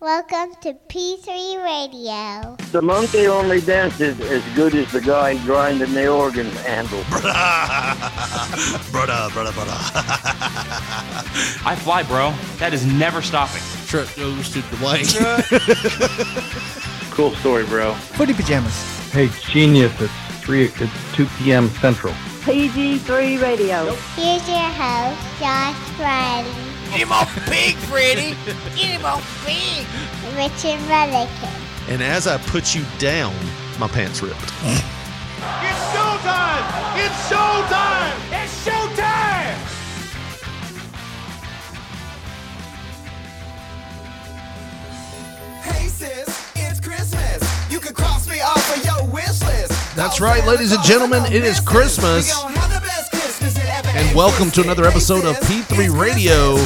Welcome to P3 Radio. The monkey only dances as good as the guy grinding the organ handle. brother, brother, brother. I fly, bro. That is never stopping. Truck goes to Dwight. Cool story, bro. Footy pajamas. Hey, genius! It's three. It's two p.m. Central. PG3 Radio. Here's your host, Josh Riley, Richard Mullican. and as I put you down, my pants ripped. Hey sis, it's Christmas. You can cross me off of your wish list. That's right, ladies and gentlemen, it is Christmas. And welcome to another episode of P3 Radio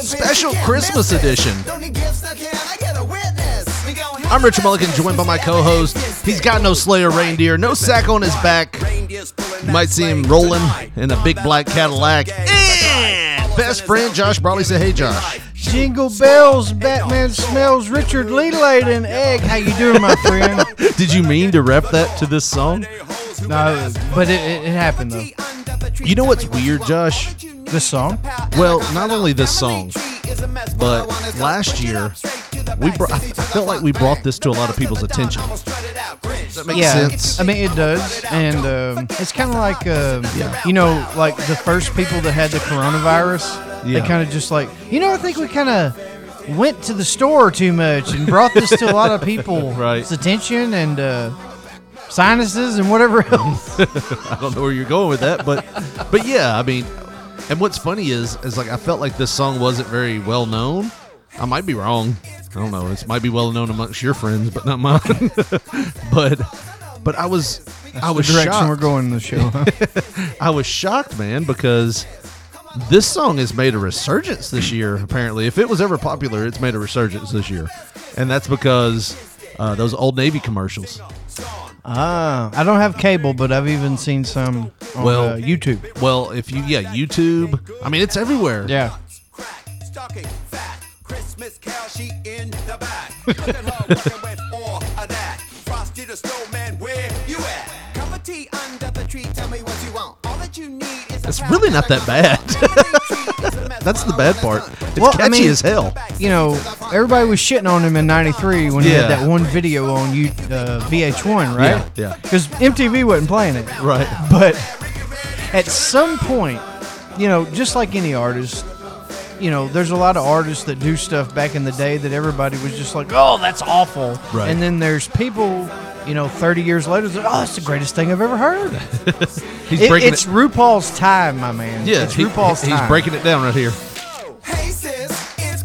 Special Christmas edition. I'm I'm Richard Mullican, joined by my co-host. He's got no Slayer reindeer, no sack on his back. You might see him rolling in a big black Cadillac. And best friend Josh Brawley said, "Hey Josh, Jingle bells, Batman smells, Richard Lee laid an egg. How you doing, my friend? did you mean to rep that to this song?" no, but it, it, it happened though. You know what's weird, Josh? This song? Well, not only this song, but last year we br- I felt like we brought this to a lot of people's attention. Does that make yeah, sense? I mean it does, and um, it's kind of like uh, you know, like the first people that had the coronavirus, Yeah. they kind of just like you know, I think we kind of went to the store too much and brought this to a lot of people's Right. attention and uh, sinuses and whatever else. I don't know where you're going with that, but but yeah, I mean, and what's funny is is like I felt like this song wasn't very well known. I might be wrong. I don't know. It might be well known amongst your friends, but not mine. but but I was I was the direction shocked. we're going in the show. Huh? I was shocked, man, because this song has made a resurgence this year. Apparently, if it was ever popular, it's made a resurgence this year, and that's because uh, those old Navy commercials. Ah, I don't have cable, but I've even seen some on Well- uh, YouTube. Well, if you yeah YouTube, I mean it's everywhere. Yeah, It's really not that bad. That's the bad part. It's Well, I catchy mean- as hell. you know, everybody was shitting on him in '93 when he Yeah. had that one video on you, uh, VH1, right? Yeah, yeah. Because MTV wasn't playing it, Right. but at some point, you know, just like any artist, you know, there's a lot of artists that do stuff back in the day that everybody was just like, "Oh, that's awful," Right. and then there's people. You know, 30 years later, they're, oh, that's the greatest thing I've ever heard. He's It- breaking it's it. RuPaul's time, my man. Yeah, it's he- RuPaul's he's time. breaking it down right here.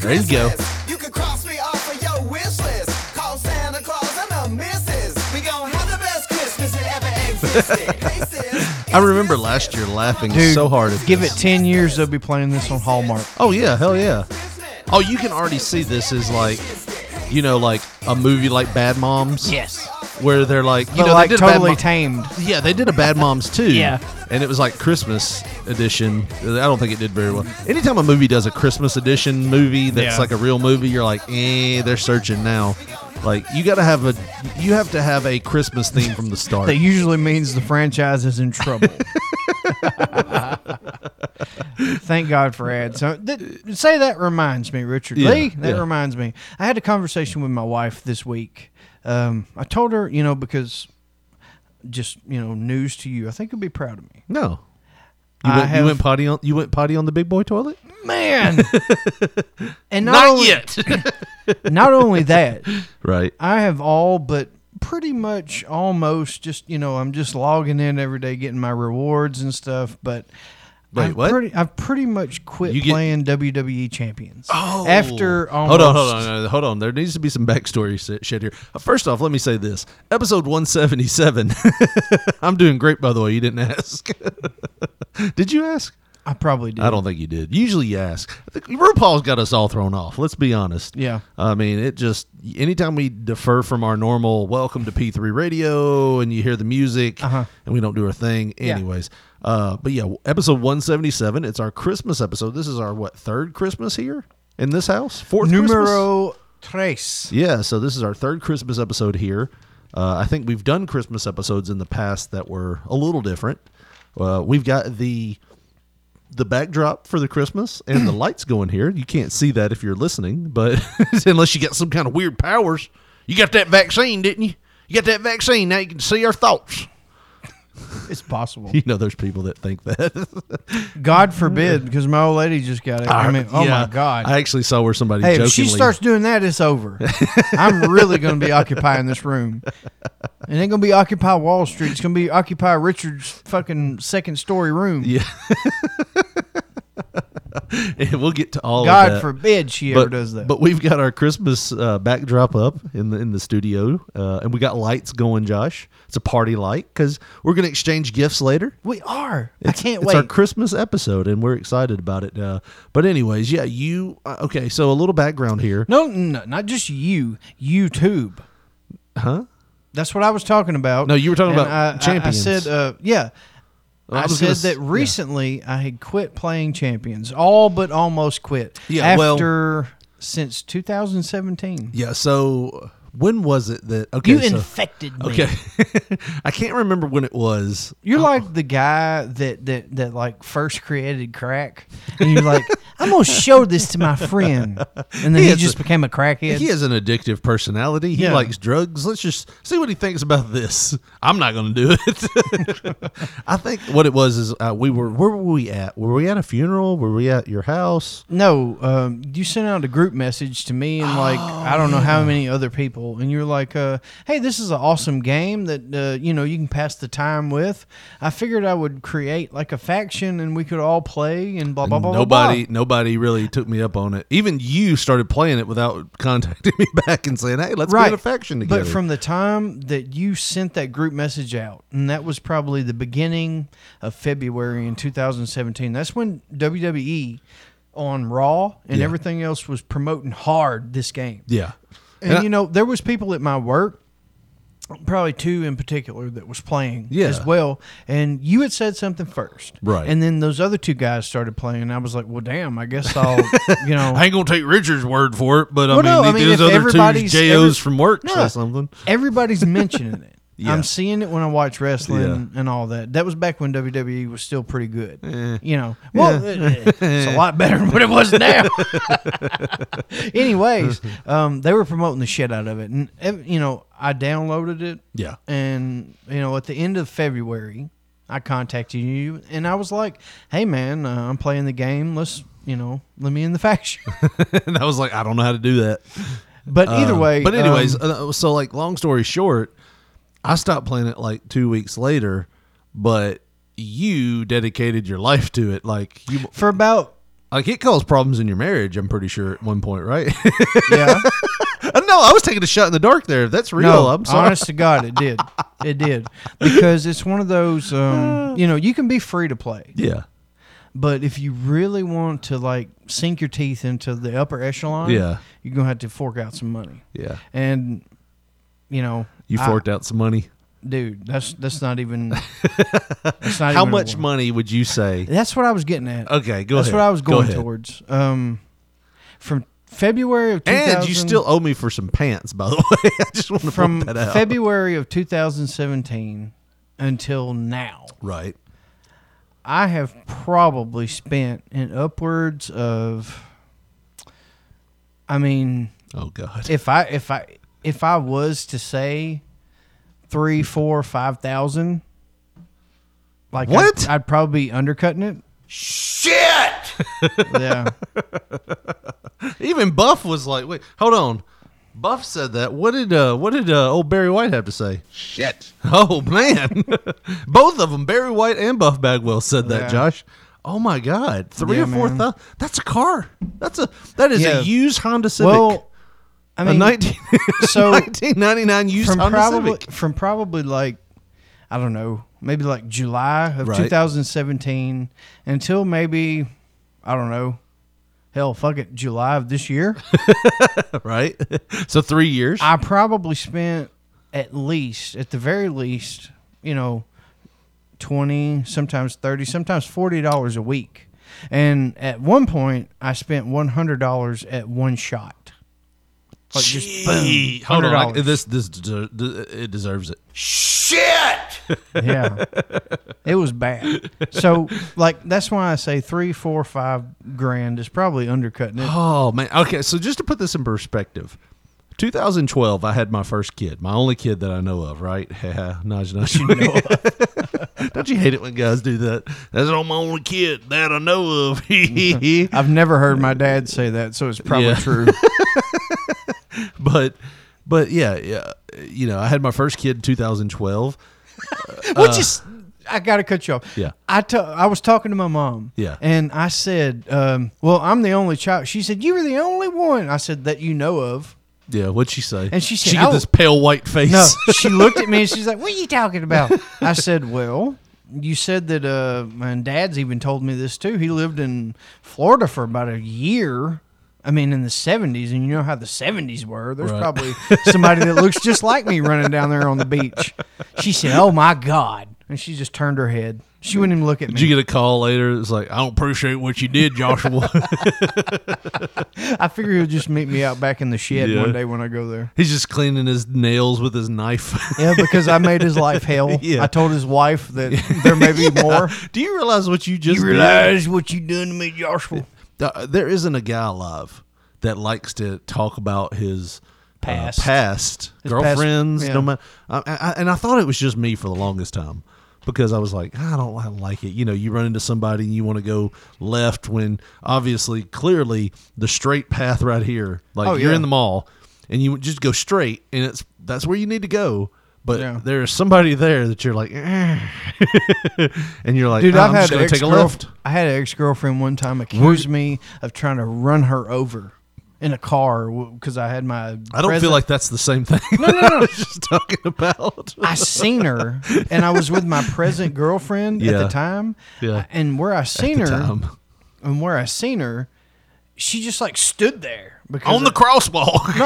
There you go. You can cross me off of your wish list. Call Santa Claus and the missus. We gon' have the best Christmas that ever existed. Hey, sis, I remember last year laughing Dude, so hard. At Give this. it 10 years, they'll be playing this on Hallmark. Oh yeah, hell yeah. Oh, you can already see this is like, you know, like a movie like Bad Moms. Yes. Where they're like, you But know, like they did a Bad totally Mo- tamed. yeah, they did a Bad Moms too. Yeah. And it was like Christmas edition. I don't think it did very well. Anytime a movie does a Christmas edition movie that's Yeah. like a real movie, you're like, eh, they're searching now. Like you gotta have a, you have to have a Christmas theme from the start. That usually means the franchise is in trouble. Thank God for ads. So th- say that reminds me, Richard Yeah, Lee. That yeah. reminds me. I had a conversation with my wife this week. Um, I told her, you know, because just you know, news to you. I think you'll be proud of me, no. You I went, you have- went potty on you went potty on the big boy toilet. man. and not, only, Not only that, Right. I have all but pretty much almost just you know I'm just logging in every day getting my rewards and stuff, but Wait, I've what? Pretty, I've pretty much quit You get- playing WWE champions Oh. after hold almost. on, hold on, hold on. There needs to be some backstory si- shit here. Uh, First off, let me say this: episode one seventy seven. I'm doing great, by the way. You didn't ask. did you ask? I probably did. I don't think you did. Usually, you ask. I think RuPaul's got us all thrown off. Let's be honest. Yeah. I mean, it just anytime we defer from our normal welcome to P3 Radio and you hear the music Uh-huh. and we don't do our thing, anyways. Uh, but yeah, episode one seventy seven. It's our Christmas episode. This is our what third Christmas here in this house? Fourth Christmas? Numero Trace. Yeah, so this is our third Christmas episode here. Uh, I think we've done Christmas episodes in the past that were a little different. Uh, we've got the the backdrop for the Christmas and the lights going here. You can't see that if you're listening, but unless you got some kind of weird powers, you got that vaccine, didn't you? You got that vaccine. Now you can see our thoughts. It's possible. You know, there's people that think that. God forbid, because my old lady just got it. I mean, oh Yeah, my God. I actually saw where somebody hey, jokingly. if she starts doing that, it's over. I'm really going to be occupying this room. It ain't going to be Occupy Wall Street. It's going to be Occupy Richard's fucking second story room. we'll get to all. of God that. forbid she ever does that. But we've got our Christmas uh, backdrop up in the in the studio, uh, and we got lights going, Josh. It's a party light because we're going to exchange gifts later. we are. I It's- can't it's wait. our Christmas episode, and we're excited about it. Uh, but anyways, yeah, you uh, okay? So a little background here. no, no, not just you. YouTube. Huh? That's what I was talking about. No, you were talking And about I- I- Champions. I, said, uh, yeah. Well, I I, was said gonna s- that yeah. recently I had quit playing Champions, all but almost quit. Yeah, well- after since 2017. Yeah. So uh, when was it that? Okay, you so- infected me. Okay, I can't remember when it was. You're like the guy that that that like first created crack, and you're like, I'm gonna show this to my friend, and then He he, is just a- became a crackhead. He has an addictive personality. He Yeah. likes drugs. Let's just see what he thinks about this. I'm not going to do it. I think what it was is uh, we were where were we at? Were we at a funeral? Were we at your house? No, um, you sent out a group message to me and like I don't know how many other people, and you're like, uh, "Hey, this is an awesome game that uh, you know you can pass the time with." I figured I would create like a faction and we could all play and blah blah blah. blah, nobody, blah. nobody really took me up on it. Even you started playing it without contacting me back and saying, "Hey, let's get an faction together." But from the time that you sent that group message out, and that was probably the beginning of February in 2017, that's when WWE on Raw and Yeah. everything else was promoting hard this game. yeah, And, And I- you know, there was people at my work, probably two in particular, that was playing Yeah. as well. And you had said something first, Right. And then those other two guys started playing. And I was like, well, damn, I guess I'll, you know, I ain't gonna take Richard's word for it, but I Well, mean, no, these I mean, those if other two everybody's- JOs every- from work No. or something. Everybody's mentioning it. Yeah. I'm seeing it when I watch wrestling and all that. That was back when WWE was still pretty good. Eh. You know, well, it- it's a lot better than what it was now. Anyways, um, they were promoting the shit out of it, and ev- you know, I downloaded it. Yeah. and you know, at the end of February, I contacted you, and I was like, "Hey, man, uh, I'm playing the game. Let's." You know, let me in the faction. And I was like, I don't know how to do that. But either Um, way, but um, anyways, uh, so like long story short, I stopped playing it like two weeks later, but you dedicated your life to it. Like you, for about like it caused problems in your marriage. I'm pretty sure at one point, right? yeah, no, I was taking a shot in the dark there. If that's real, No, I'm sorry. honest to God, it did. It did because it's one of those. Um, you know, you can be free to play, yeah, but if you really want to like sink your teeth into the upper echelon, Yeah. you're gonna have to fork out some money. yeah. And you know, You I- forked out some money. dude. That's that's not even. that's not How even a much word. money would you say? That's what I was getting at. Okay, go That's ahead. what I was Go going ahead. towards. Um, from February of 2000, And you still owe me for some pants, by the way. I just want to from point that out. February of 2017 until now. right? I have probably spent in upwards of I mean, Oh God. if I if I if I was to say three, four, five thousand like I'd- What? I'd, probably be undercutting it. Shit Yeah. Even Buff was like, "Wait, hold on." Buff said that. What did uh, what did uh, old Barry White have to say? Shit. Oh man, both of them, Barry White and Buff Bagwell, said that. Yeah. Josh. Oh my God, three Yeah, or four man. thousand. That's a car. That's a that is Yeah. a used Honda Civic. Well I a mean 19, so 1999 used from Honda probably Civic. from probably like I don't know, maybe like July of Right. 2017 until maybe I don't know. Hell, fuck it, July of this year. Right. so three years. I probably spent at least, at the very least, you know, 20, sometimes 30, sometimes 40 dollars a week. And at one point I spent $100 at one shot. Like just boom, Gee, Hold on, I- $100. this this deser- de- it deserves it. yeah, it was bad. So like that's why I say three, four, five grand is probably undercutting it. Oh man. Okay, so just to put this in perspective, 2012, I had my first kid, my only kid that I know of. Right? Yeah, nudge, nudge. Don't you hate it when guys do that? That's all my only kid that I know of. I've never heard my dad say that, so it's probably Yeah. Uh, true. but but yeah, yeah, you know, I had my first kid in 2012. Which is, I gotta cut you off. Yeah. I ta- I was talking to my mom. Yeah. and I said, um, "Well, I'm the only child." She said, "You were the only one." I said, "That you know of." Yeah, what'd she say? And she said, she got "Oh." this pale white face. No, she looked at me and she's like, "What are you talking about?" I said, "Well." You said that, uh, and Dad's even told me this too. He lived in Florida for about a year. I mean, in the '70s, and you know how the '70s were. There's Right. probably somebody that looks just like me running down there on the beach. She said, "Oh my God!" and she just turned her head. She wouldn't even look at me. Did you get a call later? It's like I don't appreciate what you did, Joshua. I figure he'll just meet me out back in the shed Yeah. one day when I go there. He's just cleaning his nails with his knife. Yeah, because I made his life hell. Yeah. I told his wife that there may be more. Do you realize what you just You did? realize what you done to me, Joshua? Uh, there isn't a guy alive that likes to talk about his uh, Past. past His girlfriends. past- No yeah. matter, I, I, and I thought it was just me for the longest time because I was like, "Ah, I don't, I don't like it. You know, you run into somebody and you want to go left when obviously, clearly, the straight path right here. Like Oh, you're yeah. in the mall and you just go straight, and it's that's where you need to go. But Yeah. there's somebody there that you're like, "Eh." and you're like, Dude, "Ah, I've I'm had just gonna take a ex-girlf- left. I had an ex girlfriend one time accuse me of trying to run her over in a car because I had I my. don't feel present- like that's the same thing. No, no, no. just talking about. I seen her, and I was with my present girlfriend at Yeah. the time. Yeah. And where I seen her, Time. and where I seen her, she just like stood there because On the crosswalk.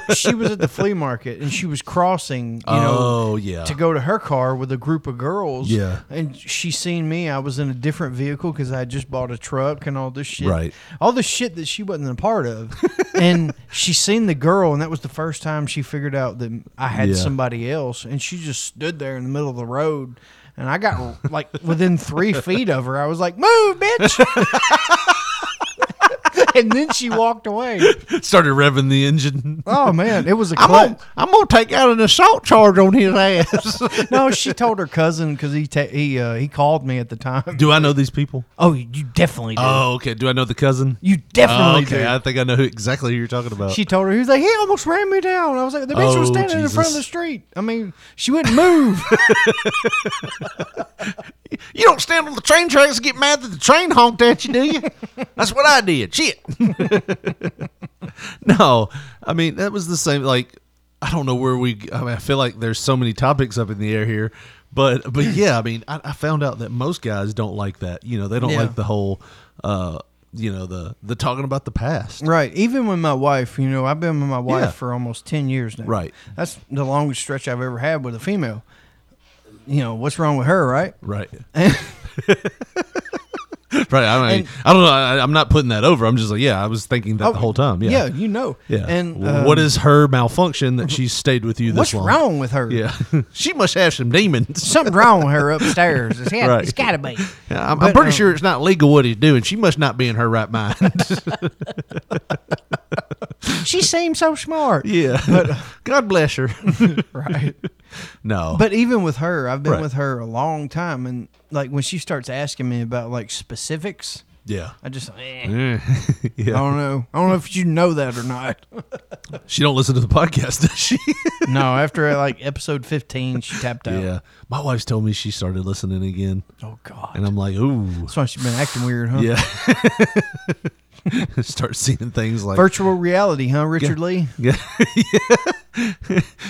No, she was at the flea market and she was crossing, you know, Oh, yeah. to go to her car with a group of girls. Yeah. And she seen me. I was in a different vehicle because I had just bought a truck and all this shit. Right. All the shit that she wasn't a part of. and she seen the girl, and that was the first time she figured out that I had Yeah. somebody else. And she just stood there in the middle of the road. And I got like within three feet of her. I was like, move, bitch. and then she walked away. Started revving the engine. Oh, man. It was a I'm clutch. gonna, I'm gonna take out an assault charge on his ass. no, she told her cousin because he ta- he uh, he called me at the time. do I know these people? Oh, you definitely do. Oh, okay. Do I know the cousin? you Oh, definitely okay, do. I think I know who, exactly who you're talking about. she told her he was like he almost ran me down. I was like the bitch was Oh, standing in front of Jesus. the street. I mean, she wouldn't move. you don't stand on the train tracks and get mad that the train honked at you, do you? That's what I did. Shit. no, I mean that was the same. Like I don't know where we. I, mean, I feel like there's so many topics up in the air here, but but yeah, I mean I, I found out that most guys don't like that. You know, they don't Yeah. like the whole. uh you know the the talking about the past. right. Even with my wife, you know, I've been with my wife Yeah. for almost ten years now. Right. That's the longest stretch I've ever had with a female. You know what's wrong with her, right? Right. right. I mean, I don't know. I, I'm not putting that over. I'm just like, yeah, I was thinking that the whole time. Oh, Yeah. you know. Yeah. And W- what um, is her malfunction that she's stayed with you this what's long? wrong with her? Yeah. she must have some demons. Something wrong with her upstairs. It's, had- Right. it's got to be. Yeah, I'm, I'm But, pretty um, sure it's not legal what he's doing. She must not be in her right mind. She seems so smart. yeah. But uh, God bless her. Right. No. But even with her, I've been Right. with her a long time, and like when she starts asking me about like specifics, yeah. I just eh, Eh. I yeah. don't know. I don't know if you know that or not. She don't listen to the podcast, does she? no, after like episode fifteen, she tapped out. yeah. My wife's told me she started listening again. Oh God. And I'm like, ooh. That's why she's been acting weird, huh? Yeah. Start seeing things like Virtual reality, huh, Richard Lee? Yeah.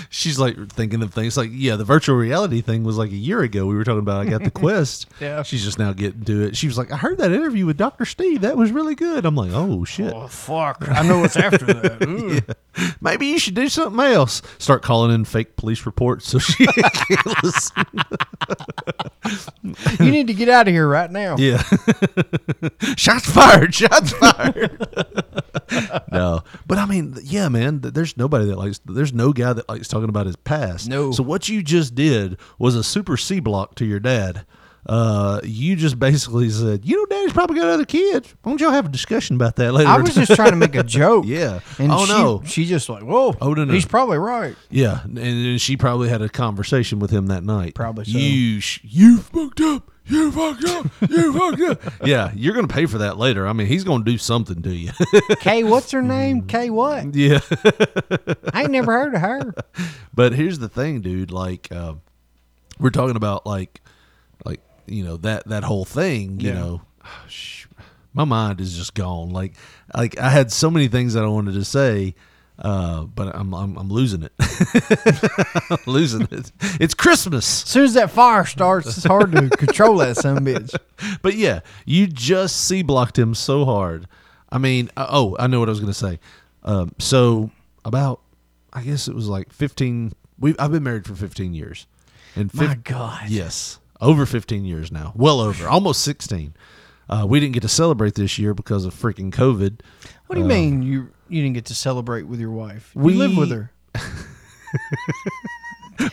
She's like thinking of things like, yeah, the virtual reality thing was like a year ago. We were talking about I got the quest. Yeah. She's just now getting to it. She was like, I heard that interview with Dr. Steve. That was really good. I'm like, oh shit. Oh fuck! I know what's after that. Ooh. Maybe you should do something else. Start calling in fake police reports so she can't listen. Hmm? You need to get out of here right now. Yeah. shots fired. Shots fired. no, but I mean, th- yeah, man. th- There's nobody that likes. There's no guy that likes talking about his past. No. So what you just did was a super C block to your dad. Uh, you just basically said, you know, daddy's probably got other kids. Why don't y'all have a discussion about that later? I was just trying to make a joke. Yeah. And Oh, she, no. She just like, whoa. Oh, no, no. He's probably right. Yeah, and, and she probably had a conversation with him that night. Probably so. You sh- you fucked up. You fucked up. You fucked up. Yeah, you're gonna pay for that later. I mean, he's gonna do something to you. Kay, what's her name? Kay, what? yeah. I ain't never heard of her. But here's the thing, dude. Like, uh, we're talking about like, like you know that that whole thing. You Yeah. know, sh- my mind is just gone. Like, like I had so many things that I wanted to say, uh, but I'm I'm, I'm losing it. I'm losing it. It's Christmas. As soon as that fire starts, it's hard to control that son of a bitch. but yeah, you just C blocked him so hard. I mean, uh, oh, I know what I was going to say. Um, so about, I guess it was like fifteen. We I've been married for fifteen years. And My fif- God. yes, over fifteen years now, well over, almost sixteen. Uh, we didn't get to celebrate this year because of freaking COVID. What do you mean you you didn't get to celebrate with your wife? we- you live with her.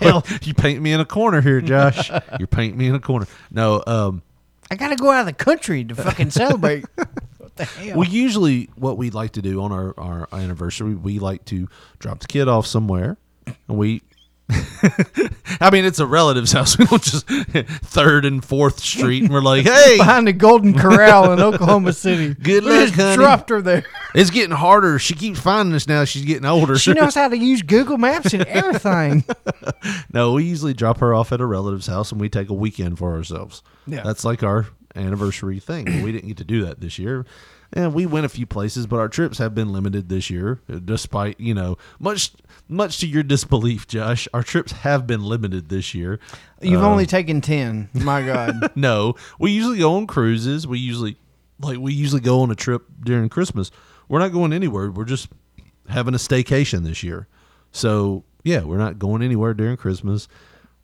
Hell, you paint me in a corner here, Josh. You're painting me in a corner. No, um, I got to go out of the country to fucking celebrate. what the hell? Well, usually what we like to do on our, our anniversary, we like to drop the kid off somewhere, and we. I mean, it's a relative's house. We don't just third and fourth street, and we're like, "Hey, Behind the Golden Corral in Oklahoma City. Good we luck, just honey. dropped her there. it's getting harder." She keeps finding us now. She's getting older. She knows how to use Google Maps and everything. no, we usually drop her off at a relative's house, and we take a weekend for ourselves. Yeah. that's like our anniversary thing. But we didn't get to do that this year. And we went a few places, but our trips have been limited this year, uh, despite, you know, much much to your disbelief, Josh. Our trips have been limited this year. You've only taken 10. My God. No, we usually go on cruises. We usually like we usually go on a trip during Christmas. We're not going anywhere. We're just having a staycation this year. So, yeah, we're not going anywhere during Christmas.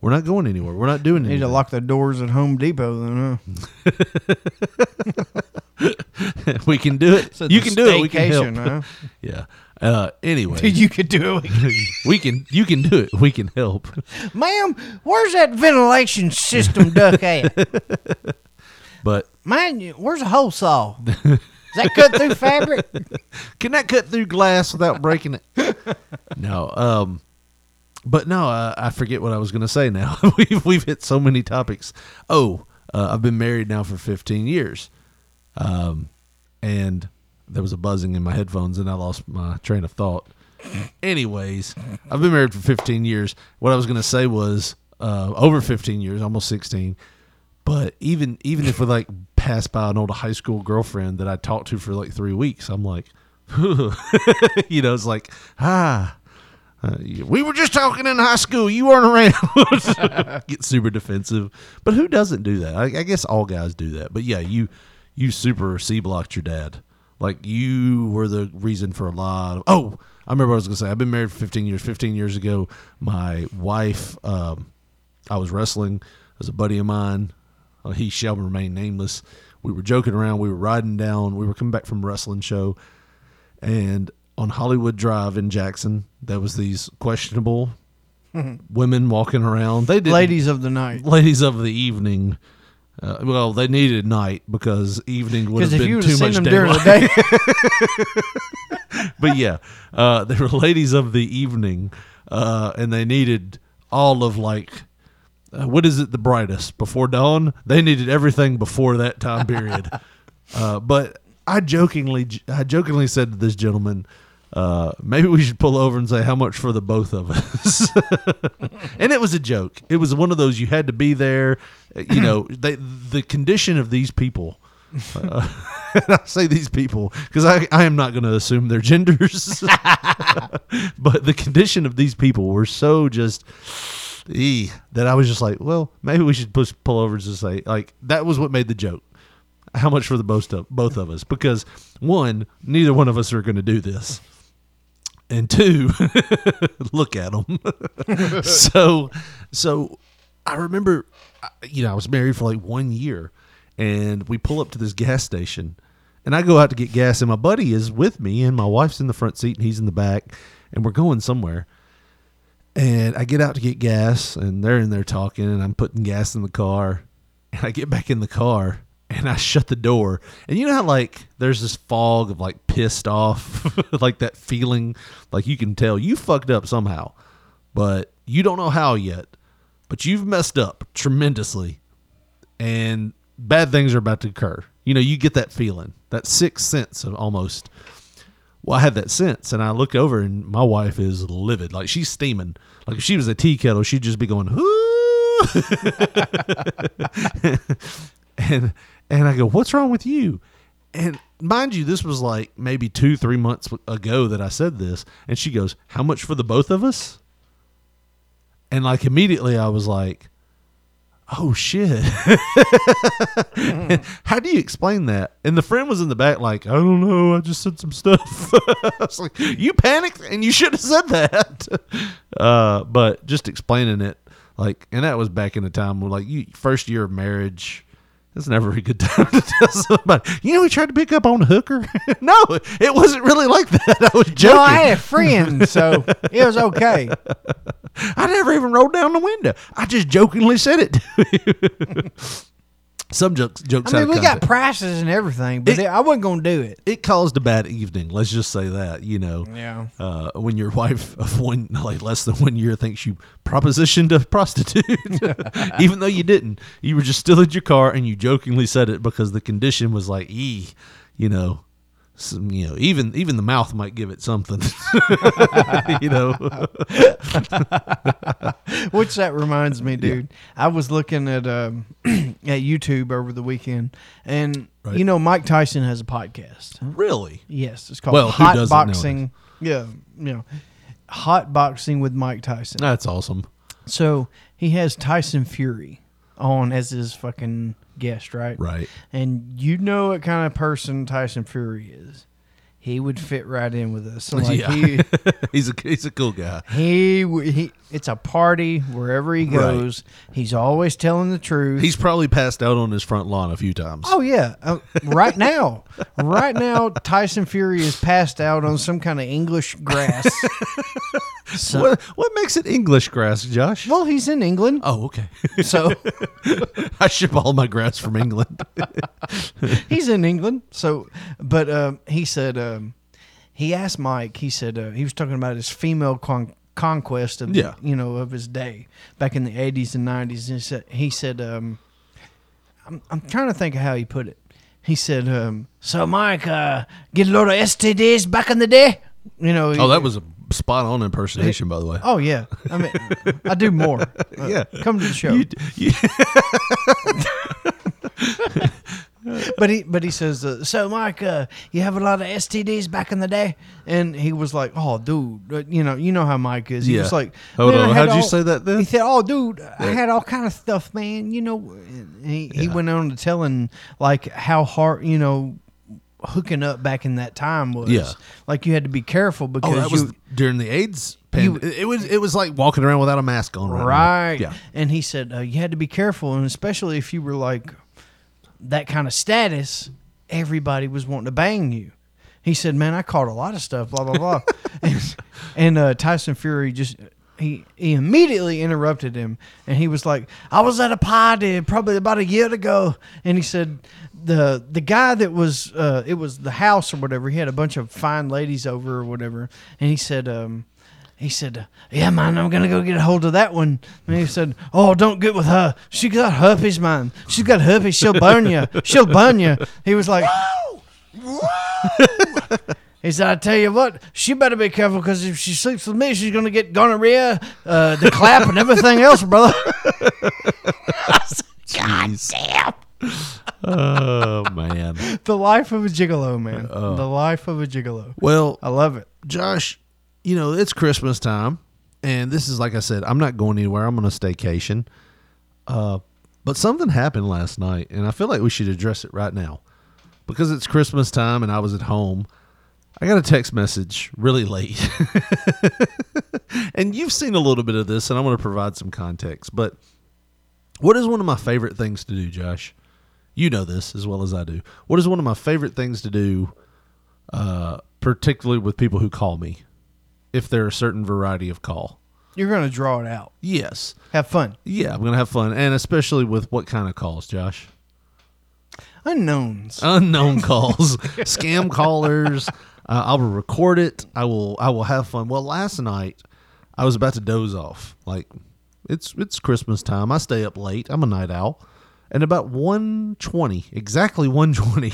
We're not going anywhere. We're not doing Need anything. to lock the doors at Home Depot then, huh? we can do it. you can do it. We can help. Staycation, huh? Yeah. Uh, anyway, Dude, you could do it. we can you can do it. We can help. Ma'am, where's that ventilation system duck at? But Man, you- where's a hole saw? Does that cut through fabric? can that cut through glass without breaking it? no. Um. But no, I, I forget what I was going to say. Now we've we've hit so many topics. Oh, uh, I've been married now for 15 years, um, and there was a buzzing in my headphones, and I lost my train of thought. Anyways, I've been married for 15 years. What I was going to say was uh, over 15 years, almost 16. But even even if we like pass by an old high school girlfriend that I talked to for like three weeks, I'm like, you know, it's like ah, uh, we were just talking in high school. You weren't around. Get super defensive. But who doesn't do that? I, I guess all guys do that. But yeah, you you super C blocked your dad. Like you were the reason for a lot of. Oh, I remember what I was gonna say. I've been married for 15 years. 15 years ago, my wife. Um, I was wrestling. As a buddy of mine, uh, he shall remain nameless. We were joking around. We were riding down. We were coming back from a wrestling show and on Hollywood Drive in Jackson, there was these questionable women walking around. They did Ladies of the night. ladies of the evening. Uh, well, they needed night because evening would have Because if you been would too have much seen them daylight. during the day, but yeah, uh, they were ladies of the evening, uh, and they needed all of like. Uh, what is it? The brightest before dawn. They needed everything before that time period. uh, but I jokingly, I jokingly said to this gentleman, uh, maybe we should pull over and say how much for the both of us. and it was a joke. It was one of those you had to be there. You know, they, the condition of these people I say these people because I, I am not going to assume their genders, but the condition of these people were so just ee, that I was just like, well, maybe we should push pullovers and say like that was what made the joke. How much for the both of both of us? Because one, neither one of us are going to do this, and two, look at them. so so I remember I- you know I was married for like 1 year and we pull up to this gas station and I go out to get gas and my buddy is with me and my wife's in the front seat and he's in the back and we're going somewhere and I get out to get gas and they're in there talking and I'm putting gas in the car and I get back in the car and I shut the door. And you know how like there's this fog of like pissed off, like that feeling like you can tell you fucked up somehow, but you don't know how yet. But you've messed up tremendously and bad things are about to occur. You know, you get that feeling, that sixth sense of almost. Well, I had that sense, and I look over, and my wife is livid. Like she's steaming. Like if she was a tea kettle, she'd just be going, "Whoo!" and and I go, "What's wrong with you?" And mind you, this was like maybe two, three months ago that I said this, and she goes, "How much for the both of us?" And like immediately, I was like, "Oh shit!" How do you explain that? And the friend was in the back, like, I don't know, I just said some stuff. I was like, you panicked and you should have said that. Uh, but just explaining it, like, and that was back in the time when, like, you first year of marriage. It's never a good time to tell somebody. You know, we tried to pick up on a hooker. no, it wasn't really like that. I was joking. No, I had a friend, so it was okay. I never even rolled down the window. I just jokingly said it. To you. Some jokes, I jokes. out of mean, we got context. prices and everything, but It- I wasn't gonna do it. it caused a bad evening. Let's just say that, you know. Yeah. Uh, when your wife of one, like less than one year, thinks you propositioned a prostitute, even though you didn't, you were just still in your car and you jokingly said it because the condition was like, e, you know, some, you know, even even the mouth might give it something, you know. Which that reminds me, dude. I was looking at um, at YouTube over the weekend, and Right. you know Mike Tyson has a podcast. really? Yes, it's called Well, who Hot doesn't Boxing. Yeah, you know, Hot Boxing with Mike Tyson. That's awesome. So he has Tyson Fury on as his fucking guest, right? Right. And you know what kind of person Tyson Fury is. He would fit right in with us. So like yeah. he he's a he's a cool guy. he w- he it's a party wherever he Right. goes. He's always telling the truth. He's probably passed out on his front lawn a few times. Oh yeah, uh, right now, right now, Tyson Fury is passed out on some kind of English grass. So- What, what makes it English grass, Josh? well, he's in England, Oh, okay. so I ship all my grass from England. he's in England. So, but um, he said um, he asked Mike. He said uh, he was talking about his female con- conquest of Yeah. you know of his day back in the eighties and nineties. And he said he said um, I'm I'm trying to think of how he put it. He said um, so Mike uh, get a lot of STDs back in the day. You know. oh, that was a spot on impersonation, by the way. Oh yeah, I mean, I do more. Uh, Yeah. come to the show. You- you- But he, but he says, uh, so Mike, uh, you have a lot of STDs back in the day, and he was like, oh, dude, uh, you know, you know how Mike is. He Yeah. was like, Hold "Man, I on, had how'd you all-" say that then? He said, oh, dude, I had all kind of stuff, man. You know, and he, he went on to telling like how hard, you know. Hooking up back in that time was Yeah. like you had to be careful because oh, that you, was during the AIDS pandemic. It was it was like walking around without a mask on, right? Right. Yeah. And he said uh, you had to be careful, and especially if you were like that kind of status, everybody was wanting to bang you. He said, "Man, I caught a lot of stuff." Blah blah blah. and and uh, Tyson Fury just. He, he immediately interrupted him and he was like, I was at a party probably about a year ago. And he said, The the guy that was, uh, it was the house or whatever, he had a bunch of fine ladies over or whatever. And he said, um, he said, "Yeah, man, I'm gonna go get a hold of that one." And he said, "Oh, don't get with her. She got herpes, man. She's got herpes. She'll burn you. She'll burn you." He was like, He said, "I tell you what, she better be careful because if she sleeps with me, she's gonna get gonorrhea, uh, the clap, and everything else, brother." God damn. Oh man. The life of a gigolo, man. the life of a gigolo. Well, I love it. Josh, you know, it's Christmas time. And this is, like I said, I'm not going anywhere. I'm on a staycation. Uh, but something happened last night, and I feel like we should address it right now. Because it's Christmas time and I was at home, I got a text message really late. and you've seen a little bit of this, and I want to provide some context. But what is one of my favorite things to do, Josh? You know this as well as I do. What is one of my favorite things to do uh, particularly with people who call me, if they're a certain variety of call. You're gonna draw it out. Yes. Have fun. Yeah, I'm going to have fun. And especially with what kind of calls, Josh? Unknowns. Unknown calls, scam callers. Uh, I will record it. I will I will have fun. Well, last night I was about to doze off. Like it's it's Christmas time. I stay up late. I'm a night owl. And about 120, exactly 120,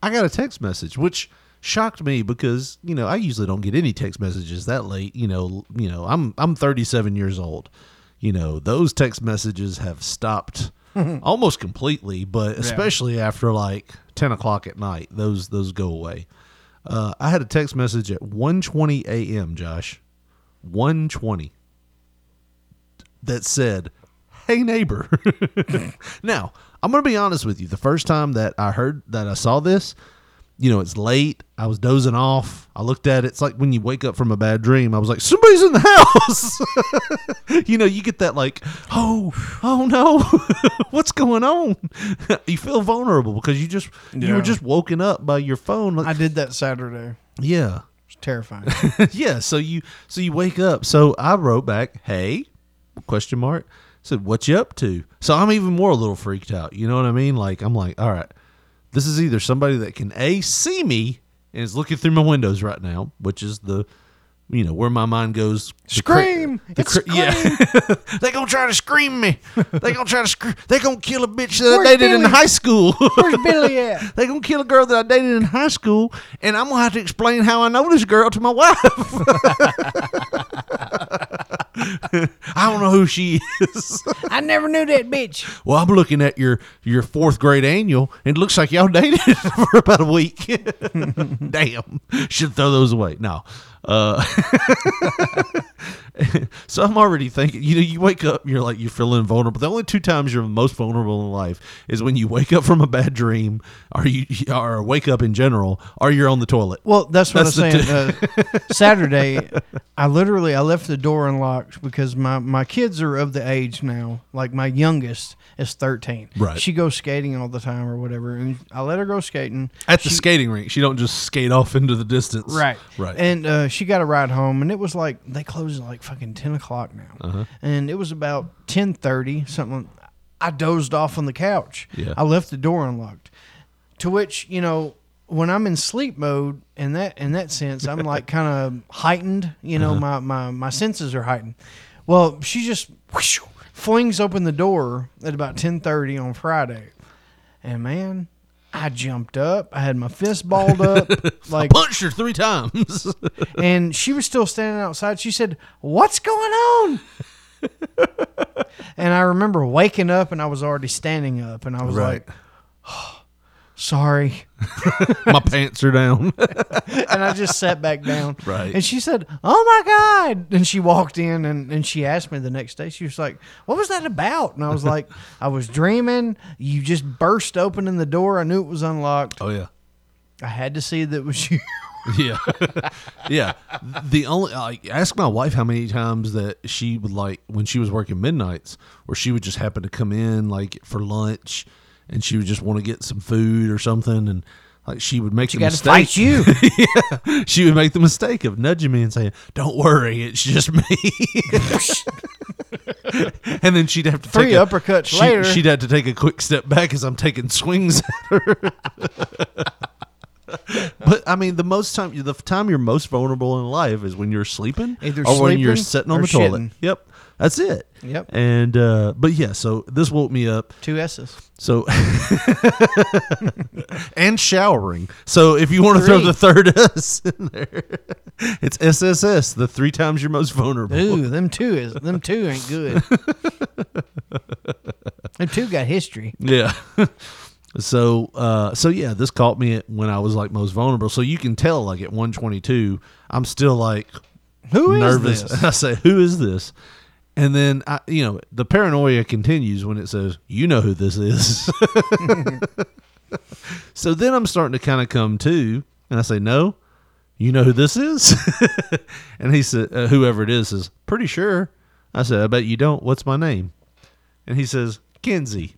I got a text message, which shocked me because you know I usually don't get any text messages that late. You know, you know I'm I'm 37 years old. You know those text messages have stopped almost completely, but especially after like 10 o'clock at night, those those go away. Uh, I had a text message at 1:20 a.m. Josh, 1:20 that said, "Hey neighbor." now, I'm going to be honest with you. The first time that I heard that I saw this, you know, it's late. I was dozing off. I looked at it. It's like when you wake up from a bad dream. I was like, somebody's in the house. you know, you get that like, oh, oh no, what's going on? you feel vulnerable because you just you Yeah. were just woken up by your phone. Like, I did that Saturday. yeah, It's terrifying. yeah so you so you wake up so i wrote back hey question mark said what you up to so i'm even more a little freaked out you know what i mean like i'm like all right this is either somebody that can a see me and is looking through my windows right now which is the you know where my mind goes the cra- Scream! the It's cra- yeah they gonna try to scream me they gonna try to scream they gonna kill a bitch that i Where's dated in Billy? high school Where's Billy at? they gonna kill a girl that I dated in high school, and I'm gonna have to explain how I know this girl to my wife. I don't know who she is. I never knew that bitch. Well, I'm looking at your your fourth grade annual, and it looks like y'all dated for about a week. Damn, should throw those away. No, uh, so I'm already thinking. You know, you wake up, you're like you're feeling vulnerable. The only two times you're most vulnerable in life is when you wake up from a bad dream, or you or wake up in general, or you're on the toilet. Well, that's what That's I'm the saying. uh, Saturday, I literally I left the door unlocked because my my kids are of the age now. Like my youngest is 13. Right. She goes skating all the time or whatever, and I let her go skating. At the skating rink, she don't just skate off into the distance. Right. right. And uh, she got a ride home, and it was like they closed at like fucking ten o'clock now, Uh-huh. and it was about ten thirty something. I dozed off on the couch. Yeah. I left the door unlocked. To which you know, when I'm in sleep mode, in that in that sense, I'm like kind of heightened. You know, Uh-huh. my, my my senses are heightened. Well, she just whoosh, flings open the door at about ten thirty on Friday, and man. I jumped up. I had my fist balled up. Like punched her three times. and she was still standing outside. She said, "What's going on?" and I remember waking up, and I was already standing up, and I was Right. like, "Sorry," my pants are down. and I just sat back down. Right. And she said, "Oh my god!" And she walked in, and and she asked me the next day. She was like, "What was that about?" And I was like, "I was dreaming. You just burst opening the door. I knew it was unlocked. oh yeah. I had to see that it was you." yeah yeah the only like ask my wife how many times that she would like when she was working midnights where she would just happen to come in like for lunch and she would just want to get some food or something and like she would make the gotta mistake fight you. yeah, she would make the mistake of nudging me and saying don't worry it's just me and then she'd have to Three take a- uppercuts she- later. she'd have to take a quick step back as i'm taking swings But I mean, the most time, the time you're most vulnerable in life is when you're sleeping, Either or when you're sleeping sitting on or the shitting. toilet. Yep, that's it. Yep. And uh, but yeah, so this woke me up. Two S's. So and showering. So if you want to throw Three. the third S in there, it's SSS, the three times you're most vulnerable. Ooh, them two is them two ain't good. Them two got history. Yeah. so uh so yeah, this caught me at- when I was like most vulnerable. So you can tell like at 122, I'm still like Who is nervous. this? I say, "Who is this?" And then I, you know, the paranoia continues when it says, "You know who this is." so then I'm starting to kind of come to, and I say, "No, you know who this is?" and he said, uh, "Whoever it is is pretty sure." I said, "I bet you don't. What's my name?" And he says, "Kinsey."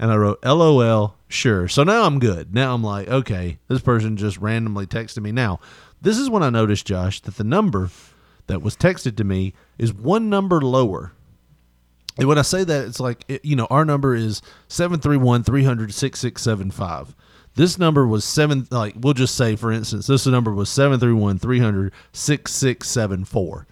And I wrote, LOL, sure. So now I'm good. Now I'm like, okay, this person just randomly texted me. Now, this is when I noticed, Josh, that the number that was texted to me is one number lower. And when I say that, it's like, it, you know, our number is 731 300 6675. This number was seven, like, we'll just say, for instance, this number was 731 300 6674.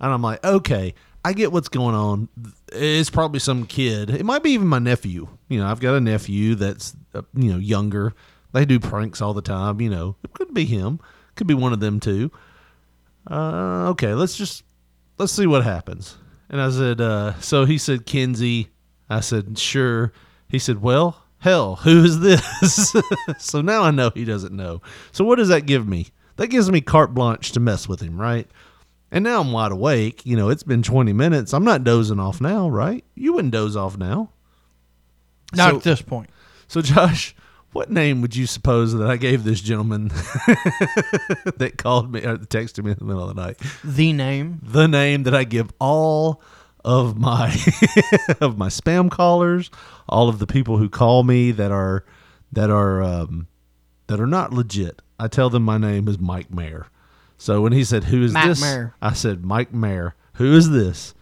And I'm like, okay, I get what's going on. It's probably some kid. It might be even my nephew. You know, I've got a nephew that's, uh, you know, younger. They do pranks all the time. You know, it could be him, could be one of them too. Uh, okay, let's just let's see what happens. And I said, uh, so he said, Kinsey. I said, sure. He said, well, hell, who is this? so now I know he doesn't know. So what does that give me? That gives me carte blanche to mess with him, right? And now I'm wide awake. You know, it's been 20 minutes. I'm not dozing off now, right? You wouldn't doze off now. Not So- at this point. So, Josh, what name would you suppose that I gave this gentleman that called me or texted me in the middle of the night? The name. the name that I give all of my of my spam callers, all of the people who call me that are that are um, that are not legit. I tell them my name is Mike Mayer. So when he said, "Who is Mike this?" Mayer. I said, "Mike Mayer. Who is this?"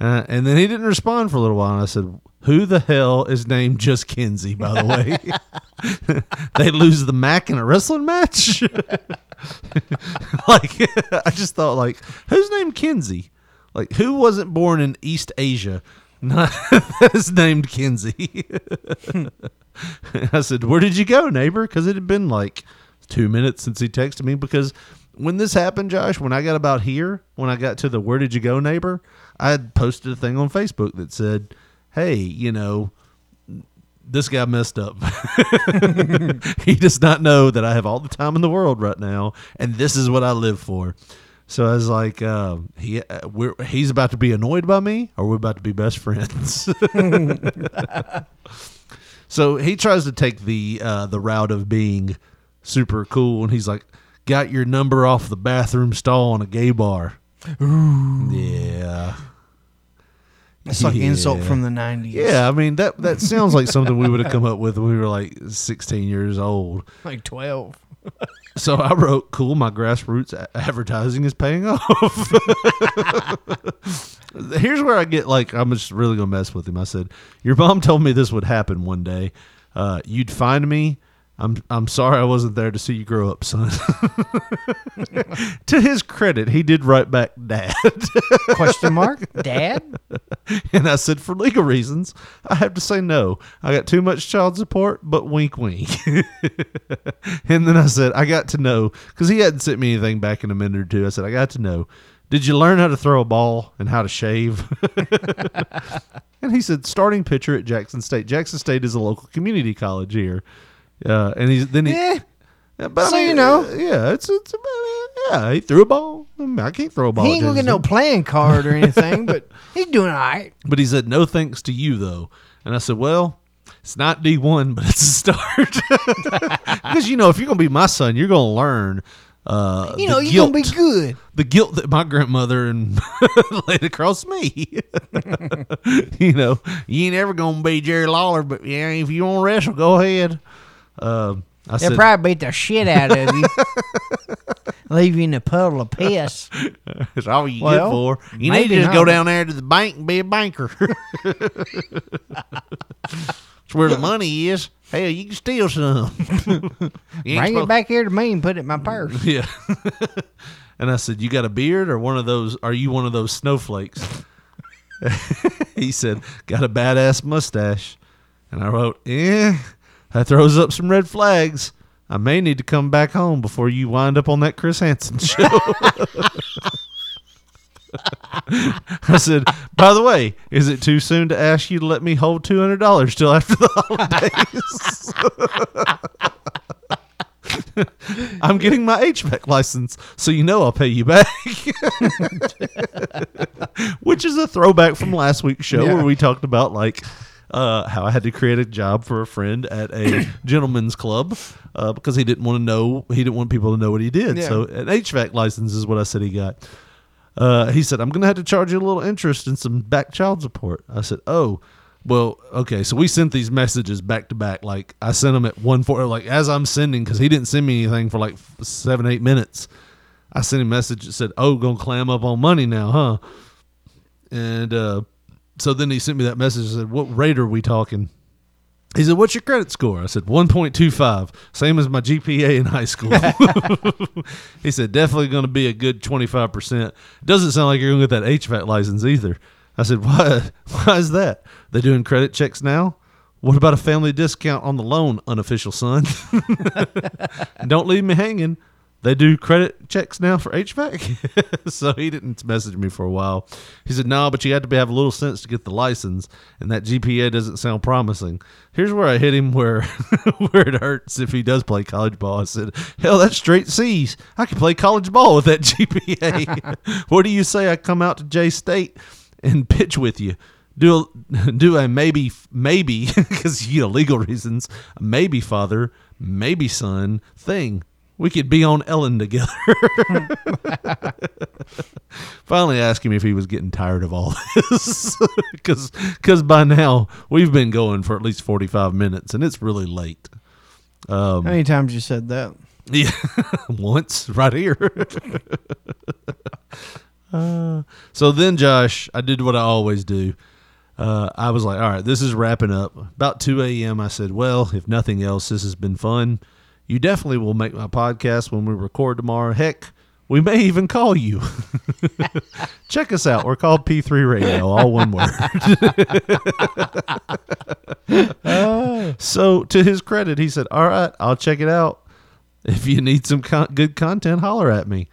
Uh, and then he didn't respond for a little while. And I said, "Who the hell is named just Kinsey?" By the way, they lose the Mac in a wrestling match. like I just thought like who's named Kinsey? Like who wasn't born in East Asia? Not that is named Kinsey. I said, "Where did you go, neighbor?" Because it had been like two minutes since he texted me. Because when this happened, Josh, when I got about here, when I got to the "Where did you go, neighbor," I had posted a thing on Facebook that said, "Hey, you know." This guy messed up. he does not know that I have all the time in the world right now, and this is what I live for. So I was like, uh, he uh, we're, he's about to be annoyed by me, or we're about to be best friends. so he tries to take the uh, the route of being super cool, and he's like, "Got your number off the bathroom stall in a gay bar." Yeah, It's like insult Yeah. from the nineties. yeah. I mean that that sounds like something we would have come up with when we were like sixteen years old. Like twelve. So I wrote, "Cool, my grassroots a- advertising is paying off." Here's where I get like I'm just really gonna mess with him. I said, "Your mom told me this would happen one day. Uh, you'd find me. I'm I'm sorry I wasn't there to see you grow up, son." to his credit, he did write back, "Dad." Question mark? Dad? And I said, for legal reasons, I have to say no. I got too much child support, but wink, wink. and then I said, I got to know, because he hadn't sent me anything back in a minute or two. I said, I got to know. Did you learn how to throw a ball and how to shave? and he said, starting pitcher at Jackson State. Jackson State is a local community college here. Uh, and he's then he. Eh. Yeah, but So, you know. uh, yeah, it's it's uh, yeah. He threw a ball. I, mean, I can't throw a ball. He ain't gonna Jackson get no playing card or anything, but he's doing all right. but he said, no thanks to you, though. And I said, well, it's not D1, but it's a start. Because, you know, if you're going to be my son, you're going to learn. Uh, You know, the you're guilt, gonna be good. the guilt that my grandmother and laid across me. you know, you ain't ever gonna be Jerry Lawler, but yeah, if you want to wrestle, go ahead. Um, I They'll said, probably beat the shit out of you. Leave you in a puddle of piss. That's all you good Well, for. You need maybe to just go not. down there to the bank and be a banker. That's where the money is. Hell, you can steal some. You ain't Bring it supposed- back here to me and put it in my purse. Yeah. and I said, "You got a beard or one of those? Are you one of those snowflakes?" he said, "Got a badass mustache." And I wrote, "Eh, that throws up some red flags. I may need to come back home before you wind up on that Chris Hansen show." I said, by the way, is it too soon to ask you to let me hold two hundred dollars till after the holidays? I'm getting my HVAC license, so you know I'll pay you back. Which is a throwback from last week's show Yeah. where we talked about like uh, how I had to create a job for a friend at a gentleman's club uh, because he didn't want to know he didn't want people to know what he did. Yeah. So an HVAC license is what I said he got. Uh, he said, I'm going to have to charge you a little interest and some back child support. I said, Oh, well, okay. So we sent these messages back to back. Like I sent them at one four, like as I'm sending, because he didn't send me anything for like f- seven, eight minutes. I sent him a message that said, Oh, going to clam up on money now, huh? And uh, so then he sent me that message and said, What rate are we talking? He said, What's your credit score? I said, 1.25, same as my GPA in high school. he said, Definitely going to be a good 25%. Doesn't sound like you're going to get that HVAC license either. I said, Why, why is that? They're doing credit checks now? What about a family discount on the loan, unofficial son? Don't leave me hanging. They do credit checks now for HVAC. so he didn't message me for a while. He said, No, but you had to be- have a little sense to get the license, and that GPA doesn't sound promising. Here's where I hit him where where it hurts if he does play college ball. I said, Hell, that's straight C's. I can play college ball with that GPA. what do you say I come out to J State and pitch with you? do a, do a maybe maybe because you know legal reasons maybe father maybe son thing we could be on ellen together finally asked him if he was getting tired of all this because by now we've been going for at least 45 minutes and it's really late Um, How many times you said that? yeah, once right here. uh, so then, Josh, I did what I always do. Uh, I was like, all right, this is wrapping up. About 2 a.m., I said, well, if nothing else, this has been fun. You definitely will make my podcast when we record tomorrow. Heck, we may even call you. Check us out. We're called P3 Radio, all one word. So to his credit, he said, "All right, I'll check it out. If you need some con- good content, holler at me."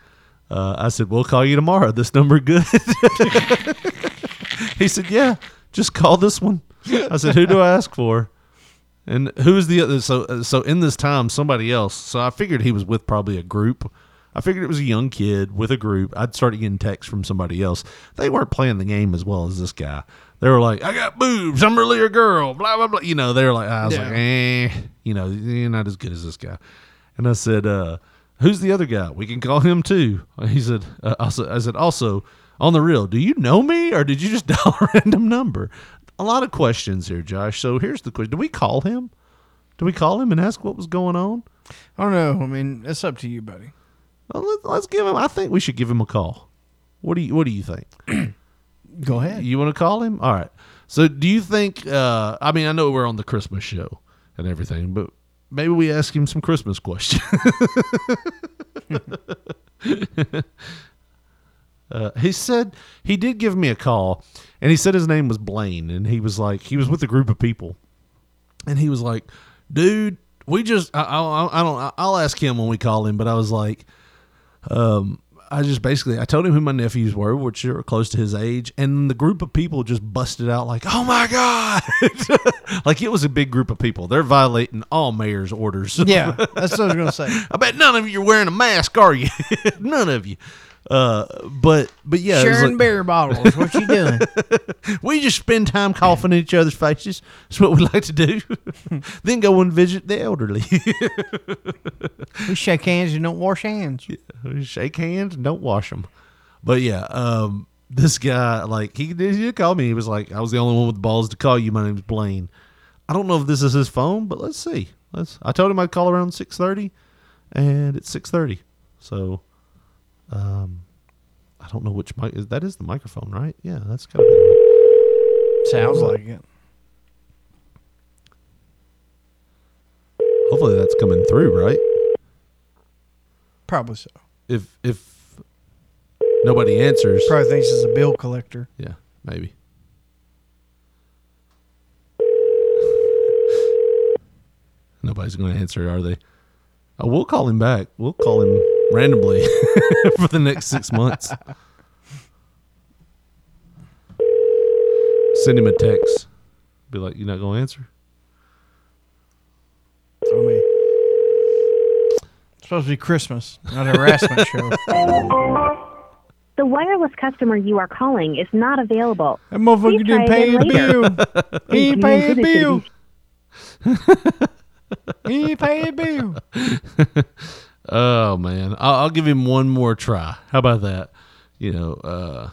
Uh, I said, "We'll call you tomorrow. This number good." he said, "Yeah, just call this one." I said, "Who do I ask for?" And who's the other? So uh, so in this time, somebody else. So I figured he was with probably a group. I figured it was a young kid with a group. I'd started getting texts from somebody else. They weren't playing the game as well as this guy. They were like, "I got boobs. I'm really a girl." Blah blah blah. You know, they were like, "I was like, eh, you know, you're not as good as this guy." And I said, uh, "Who's the other guy? We can call him too." He said, uh, also, "I said also on the real. Do you know me, or did you just dial a random number?" A lot of questions here, Josh. So here's the question: Do we call him? Do we call him and ask what was going on? I don't know. I mean, that's up to you, buddy. Well, let- let's give him. I think we should give him a call. What do you What do you think? Go ahead. You want to call him? All right. So, do you think? Uh, I mean, I know we're on the Christmas show and everything, but maybe we ask him some Christmas questions. uh, he said he did give me a call, and he said his name was Blaine, and he was like he was with a group of people, and he was like, "Dude, we just I, I, I don't I'll ask him when we call him," but I was like, um, I just basically I told him who my nephews were, which were close to his age, and the group of people just busted out like, "Oh my god!" like it was a big group of people. They're violating all mayor's orders. Yeah, that's what I was gonna say. I bet none of you are wearing a mask, are you? none of you. Uh, but but yeah, it was Sharing like- beer bottles. What you doing? we just spend time coughing in each other's faces. That's what we like to do. then go and visit the elderly. we shake hands and don't wash hands. shake hands and don't wash them. But yeah, um, this guy like he did he call me. He was like, I was the only one with the balls to call you. My name's Blaine. I don't know if this is his phone, but let's see. Let's. I told him I'd call around six thirty, and it's six thirty. So, um, I don't know which mic. That is the microphone, right? Yeah, that's kind of. Sounds like it. Hopefully, that's coming through, right? Probably so. If if nobody answers, Probably thinks it's a bill collector. Yeah, maybe. Nobody's going to answer, are they? Uh, we'll call him back. We'll call him randomly for the next six months. Send him a text. Be like, you're not going to answer? Throw me. It's supposed to be Christmas, not a harassment show. The wireless customer you are calling is not available. That motherfucker Please didn't try pay his again later. bill. He ain't you pay his didn't get it, bill. he ain't pay his bill. Oh, man. I'll, I'll give him one more try. How about that? You know, uh,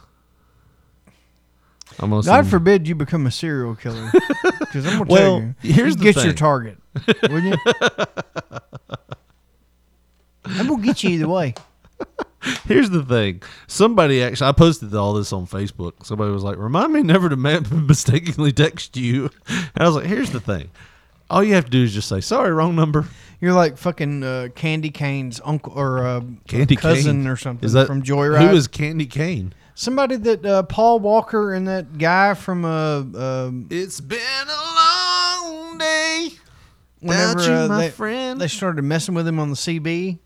I'm gonna God send- forbid you become a serial killer. Because I'm gonna Well, tell you, here's you'd the get thing. your target, would you? I'm gonna get you either way. Here's the thing. Somebody actually, I posted all this on Facebook. Somebody was like, "Remind me never to ma- mistakenly text you." And I was like, "Here's the thing. All you have to do is just say sorry, wrong number." You're like fucking uh, Candy Cane's uncle or uh, Candy cousin Cane. or something Is that from Joyride. Who is Candy Cane? somebody that uh, Paul Walker and that guy from uh, um It's been a long day. whenever you, uh, my they, friend. they started messing with him on the CB,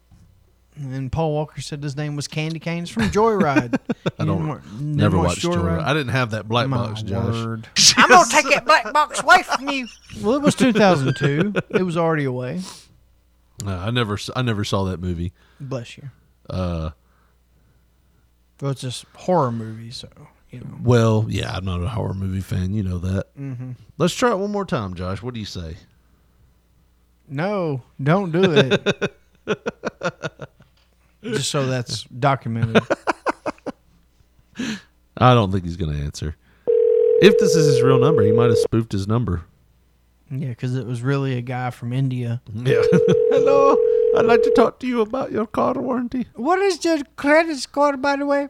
and Paul Walker said his name was Candy Cane's from Joyride. I don't- Never watched Joyride. I didn't have that black box, Josh. I'm gonna take that black box away from you. Well, it was 2002. It was already away. No, I never, s- I never saw that movie. Bless you. Uh, well, it's just horror movie, so you know. Well, yeah, I'm not a horror movie fan. You know that. Mm-hmm. Let's try it one more time, Josh. What do you say? No, don't do it. just so that's documented. I don't think he's going to answer. If this is his real number, he might have spoofed his number. Yeah, because it was really a guy from India. Yeah. Hello. I'd like to talk to you about your car warranty. What is your credit score, by the way?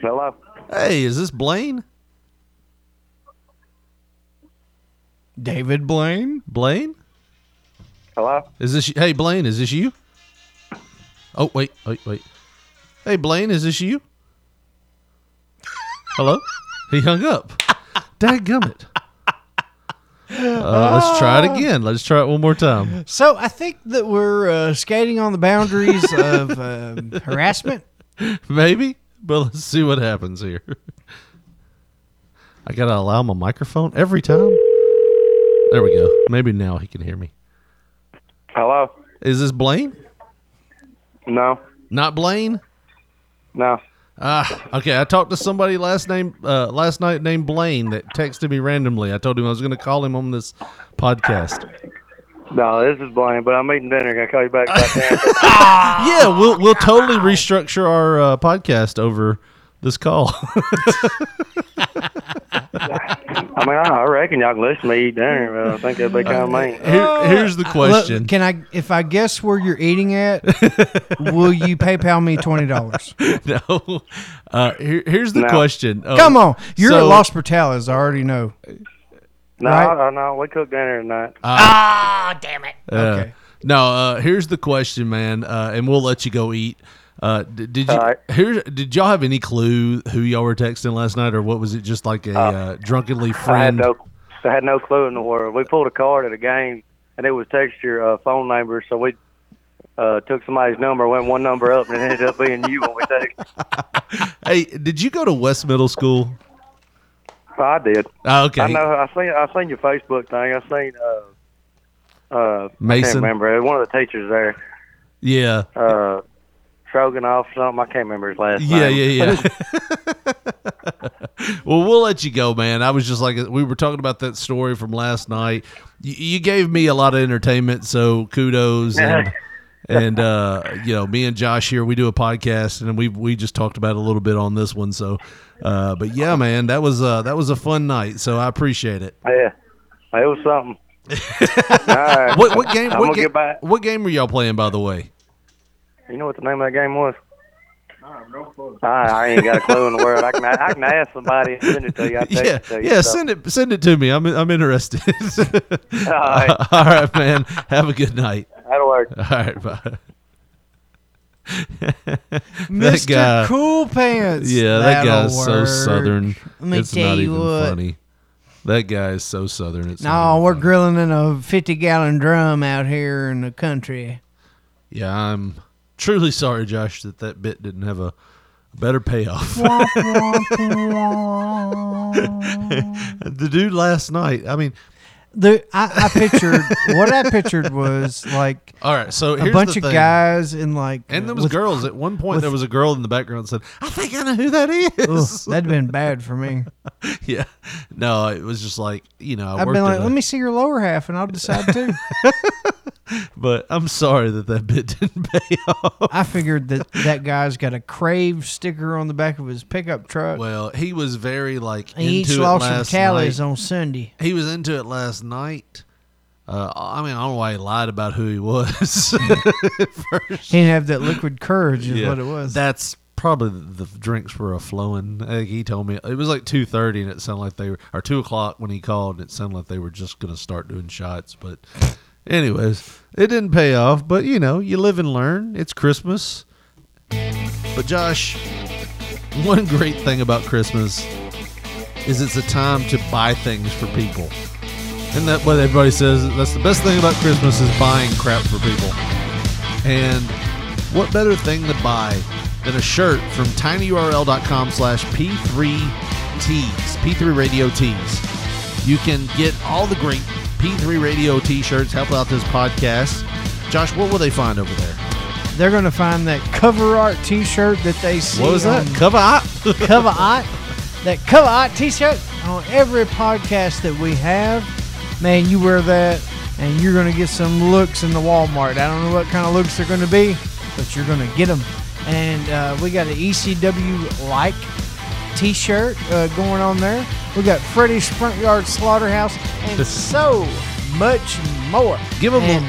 Hello. Hey, is this Blaine? David Blaine. Blaine? Hello. Is this Hey, Blaine, is this you? Oh, wait, wait, wait. Hey, Blaine, is this you? Hello? He hung up. Dadgummit. Uh, let's try it again. Let's try it one more time. So I think that we're uh, skating on the boundaries of um harassment. Maybe, but let's see what happens here. I gotta allow my microphone every time. There we go. Maybe now he can hear me. Hello. Is this Blaine? No. Not Blaine. No. Ah, okay. I talked to somebody last name uh, last night named Blaine that texted me randomly. I told him I was gonna call him on this podcast. No, this is Blaine, but I'm eating dinner. Gonna call you back. about that. Yeah, we'll we'll totally restructure our uh, podcast over this call. I mean, I, I reckon y'all can listen to me eat dinner, but I think that'd be Uh, kind of mean. Here- here's the question. Uh, Look, can I, if I guess where you're eating at, will you PayPal me twenty dollars? no. Uh, here, here's the No. question. Oh, Come on, you're so- at Los Portales. I already know. No, Right. I, I, no, we cook dinner tonight. Okay. No, uh, here's the question, man, uh, and we'll let you go eat. Uh, d- did you All right. here? Did y'all have any clue who y'all were texting last night, or what was it? Just like a uh, drunkenly Um, I had friend? no, I had no clue in the world. We pulled a card at a game, and it was text your uh, phone number. So we uh, took somebody's number, went one number up, and it ended up being you when we text. Hey, did you go to West Middle School? I did. Oh, okay, I know. I seen. I seen your Facebook thing. I seen. Uh, uh, I Mason? can't remember. One of the teachers there. yeah, Uh, Troganoff, something. I can't remember his last name. yeah, yeah, yeah. well, we'll let you go, man. I was just like we were talking about that story from last night. You, you gave me a lot of entertainment, so kudos and. And uh, you know, me and Josh here, we do a podcast, and we we just talked about it a little bit on this one. So, uh, but yeah, man, that was uh, that was a fun night. So I appreciate it. Yeah. It was something. All right. What what game? I'm What, gonna ga- get back. what game were y'all playing, by the way? You know what the name of that game was? I, I ain't got a clue in the world. I can I can ask somebody and send it to you. I text yeah, it to you. yeah. so. Send it send it to me. I'm I'm interested. All right, All right, man. Have a good night. that'll work. All right, bye. Mr. guy- Cool Pants. Yeah, that That'll guy's so work. southern. Let me it's tell not you even what. funny. That guy is so southern. It's not No, even we're funny. grilling in a 50 gallon drum out here in the country. Yeah, I'm truly sorry, Josh, that that bit didn't have a Better payoff. the dude last night. I mean, The, I, I pictured what I pictured was like all right. So here's a bunch the of thing. guys in like and there uh, was with- girls. At one point, with- there was a girl in the background that said, "I think I know who that Ugh, is." that'd been bad for me. yeah. No, it was just like you know. I I've worked been like, in a- let me see your lower half, and I'll decide too. But I'm sorry that that bit didn't pay off. I figured that that guy's got a crave sticker on the back of his pickup truck. Well, he was very like he into eats it lost some last calories night. on Sunday. He was into it last night. Uh, I mean, I don't know why he lied about who he was. He didn't have that liquid courage, is what it was. That's probably the the drinks were a flowing. I think he told me it was like two thirty, and it sounded like they were or two o'clock when he called, and it sounded like they were just gonna start doing shots. But, anyways, it didn't pay off. But you know, you live and learn. It's Christmas. But Josh, one great thing about Christmas is it's a time to buy things for people. And that what everybody says that's the best thing about Christmas is buying crap for people. And what better thing to buy than a shirt from tinyurl.com slash P3Ts, P3 Radio Tees. You can get all the great P3 Radio T-shirts, help out this podcast. Josh, what will they find over there? They're going to find that cover art t shirt that they see. What was that? on Cover up? cover art. That cover art t shirt on every podcast that we have. Man, you wear that, and you're going to get some looks in the Walmart. I don't know what kind of looks they're going to be, but you're going to get them. And uh, we got an ECW like t shirt uh, going on there. We got Freddy's Front Yard Slaughterhouse, and so much more. Give them, And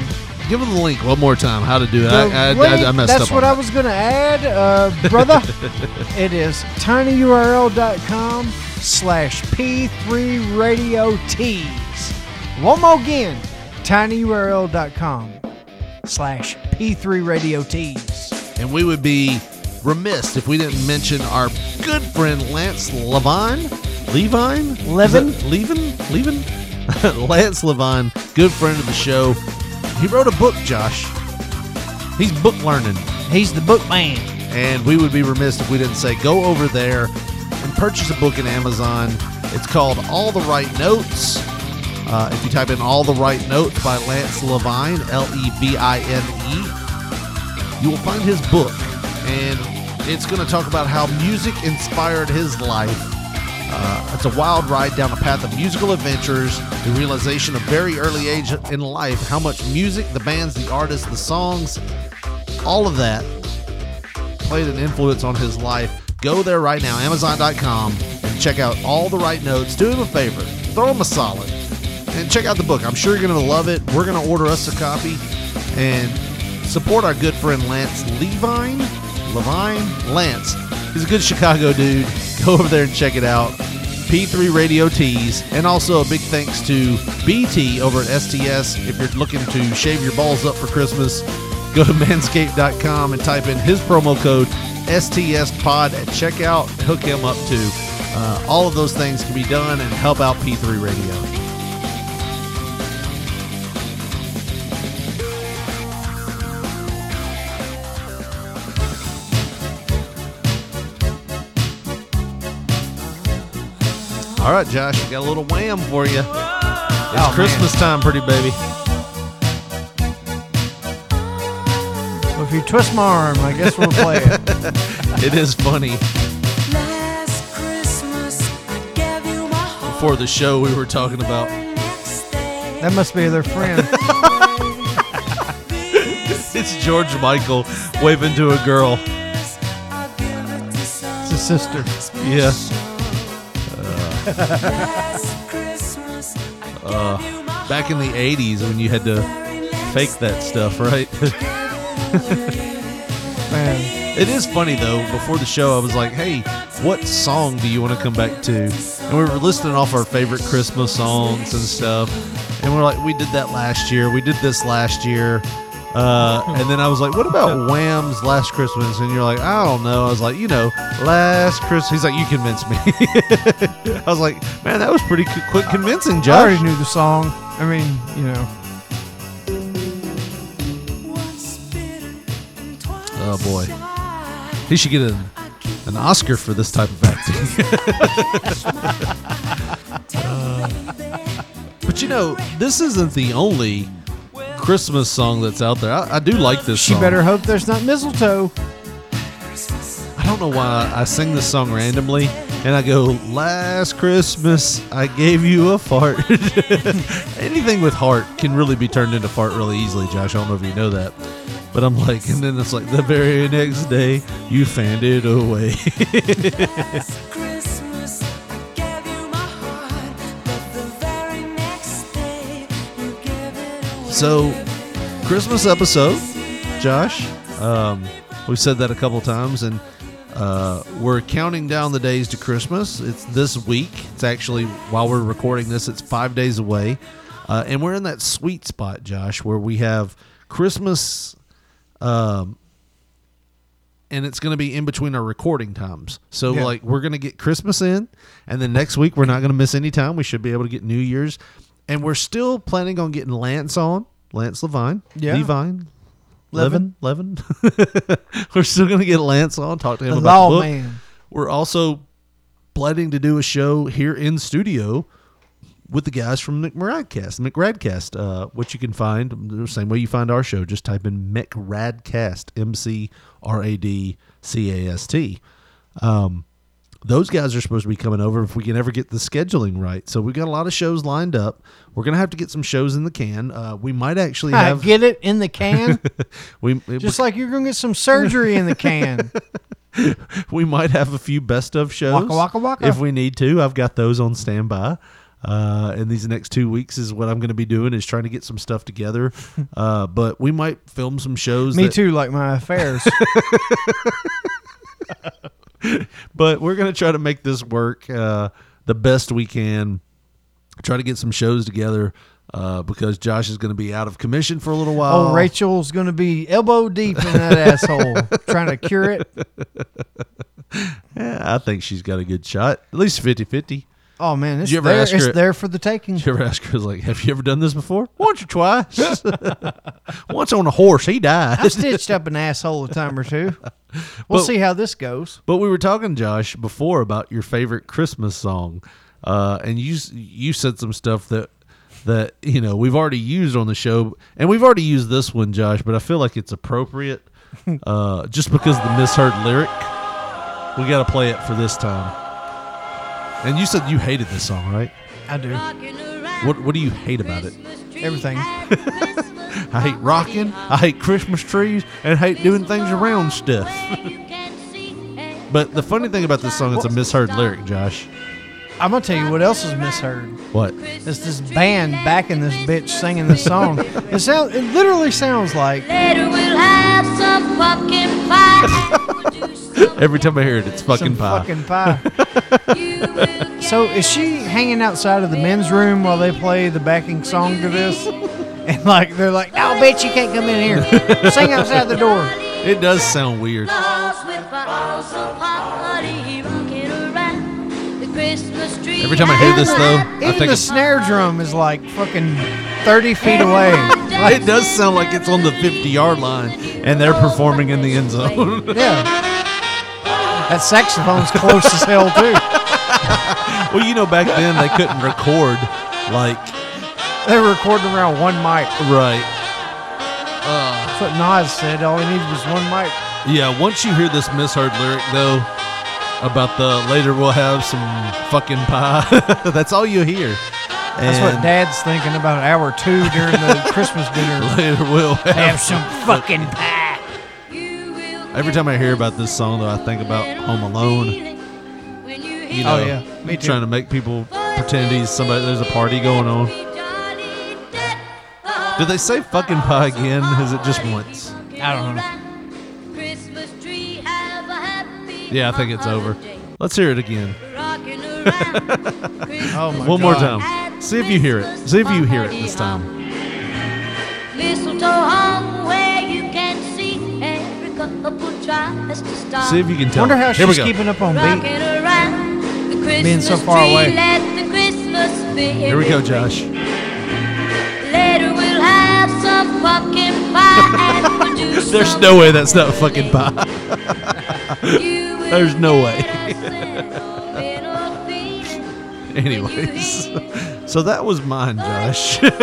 give them the link one more time. How to do it? the I, I, link- I, I messed that's up. on what I that. was going to add, uh, brother. it is tinyurl.com slash P3 Radio Tees. One more again, tinyurl.com slash P3 Radio Tees. And we would be remiss if we didn't mention our good friend Lance Levine. Levine? Is Levin? that Levin? Levin? Lance Levine, good friend of the show. He wrote a book, Josh. He's book learning. He's the book man. And we would be remiss if we didn't say go over there and purchase a book in Amazon. It's called All the Right Notes. Uh, if you type in All the Right Notes by Lance Levine, L E V I N E, you will find his book. And it's going to talk about how music inspired his life. Uh, it's a wild ride down a path of musical adventures, the realization of very early age in life how much music, the bands, the artists, the songs, all of that played an influence on his life. Go there right now, Amazon.com, and check out all the right notes. Do him a favor, throw him a solid, and check out the book. I'm sure you're going to love it. We're going to order us a copy and support our good friend Lance Levine. Levine? Lance. He's a good Chicago dude. Go over there and check it out. P3 Radio Tees, and also a big thanks to BT over at STS. If you're looking to shave your balls up for Christmas, Go to manscaped.com and type in his promo code STSPOD at checkout. Hook him up too. Uh, all of those things can be done and help out P3 Radio. All right, Josh, we got a little wham for you. It's Christmas time, pretty baby. Well, if you twist my arm, I guess we'll play it. It is funny. Before the show, we were talking about That must be their friend. It's George Michael waving to a girl. It's a sister. Uh, Yeah. Uh, Back in the 80s when you had to fake that stuff, right? Man, it is funny though. Before the show, I was like, hey, what song do you want to come back to? And we were listing off our favorite Christmas songs and stuff. And we're like, we did that last year. We did this last year. Uh, and then I was like, what about Wham's Last Christmas? And you're like, I don't know. I was like, you know, Last Christmas. He's like, you convinced me. I was like, man, that was pretty c- quick convincing, I Josh. already knew the song. I mean, you know. Oh boy, he should get a an Oscar for this type of acting. Uh, but you know, this isn't the only Christmas song that's out there. I, I do like this She song. better hope there's not mistletoe. I don't know why I sing this song randomly and I go, Last Christmas, I gave you a fart. Anything with heart can really be turned into fart really easily, Josh. I don't know if you know that. But I'm like, and then it's like the very next day, you fanned it away. so, Christmas episode, Josh. Um, we've said that a couple times, and uh, we're counting down the days to Christmas. It's this week. It's actually while we're recording this, it's five days away, uh, and we're in that sweet spot, Josh, where we have Christmas, um, and it's going to be in between our recording times. So, Yeah. like, we're going to get Christmas in, and then next week we're not going to miss any time. We should be able to get New Year's, and we're still planning on getting Lance on. Lance Levine, Yeah. Levine, Levin. Levin, Levin. We're still gonna get Lance on, talk to him The about the law book. man. We're also planning to do a show here in studio with the guys from McRadcast, McRadcast, uh, which you can find the same way you find our show. Just type in McRadcast, M C R A D C A S T. Um, those guys are supposed to be coming over if we can ever get the scheduling right. So we've got a lot of shows lined up. We're gonna have to get some shows in the can. Uh, we might actually I have get it in the can. we Just like you're gonna get some surgery in the can. we might have a few best of shows Waka, waka, waka. if we need to. I've got those on standby. Uh, and these next two weeks is what I'm going to be doing is trying to get some stuff together. Uh, but we might film some shows. Me that- too, like my affairs. But we're going to try to make this work uh, the best we can. Try to get some shows together uh, because Josh is going to be out of commission for a little while. Oh, Rachel's gonna be elbow deep in that asshole, trying to cure it. Yeah, I think she's got a good shot. At least 50 50. Oh man, it's you ever there. ask her- It's there for the taking. You ever ask her, like, have you ever done this before? Once or twice. Once on a horse, he died. I stitched up an asshole a time or two. We'll But- see how this goes. But we were talking, Josh, before about your favorite Christmas song, uh, and you s- you said some stuff that that you know we've already used on the show, and we've already used this one, Josh. But I feel like it's appropriate, uh, just because of the misheard lyric. We got to play it for this time. And you said you hated this song, right? I do. What What do you hate about it? Everything. I hate rocking. I hate Christmas trees, and I hate doing things around stuff. but the funny thing about this song, it's a misheard lyric, Josh. I'm gonna tell you what else is misheard. What? It's this band backing this bitch singing this song. It sounds. It literally sounds like. Later we'll have some pumpkin pie. Every time I hear it, it's fucking some pie. fucking pie. so is she hanging outside of the men's room while they play the backing song to this? And like they're like, no, bitch, you can't come in here. Sing outside the door. it does sound weird. Every Every time I hear this, though, I Even think the it's- snare drum is like fucking thirty feet away. It does sound like it's on the 50 yard line and they're performing in the end zone. Yeah. That saxophone's close as hell too. well, you know, back then they couldn't record like They were recording around one mic. right. That's what Nas said. All he needed was one mic. Yeah, once you hear this misheard lyric though about the later we'll have some fucking pie. That's all you hear. That's what And Dad's thinking about hour two during the Christmas dinner. later we'll have some fucking pie. Every time I hear about this song though, I think about Home Alone. You know, Oh, yeah. Me too. trying to make people pretend he's somebody. There's a party going on. Did they say fucking pie again? Is it just once? I don't know. Yeah, I think it's over. Let's hear it again. Oh my One more God. time. See if you hear it. See if you hear it this time. Mistletoe hung where you can see every couple tries to stop. See if you can tell. Wonder how Here we she's go. keeping up on beat. Rocking around the Christmas Being so far tree, away. Let the Christmas spirit Here we go, ring. Josh. Later we'll have some pumpkin pie and we'll do There's some no way that's not fucking pie. There's no way. Anyways, so that was mine, Josh.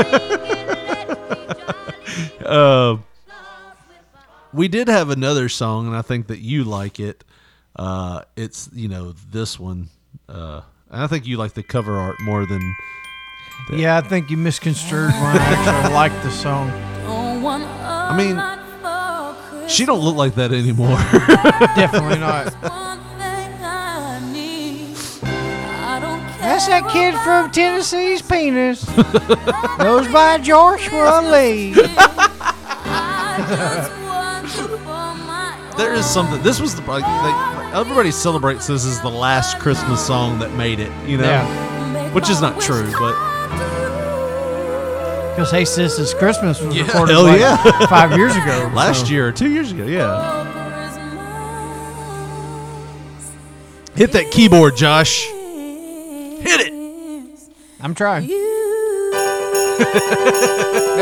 uh, we did have another song, and I think that you like it. Uh, it's you know this one, uh, and I think you like the cover art more than Yeah, I think you misconstrued when I actually liked the song. I mean. She don't look like that anymore. Definitely not. That's that kid from Tennessee's penis. Goes by Joshua Lee. There is something. This was the like, like, everybody celebrates this as the last Christmas song that made it. You know, Yeah. which is not true, but Because Hey Sis, It's Christmas was Yeah, recorded hell like yeah. five years ago. last so- year or two years ago, yeah. Hit that keyboard, Josh. Hit it. I'm trying. there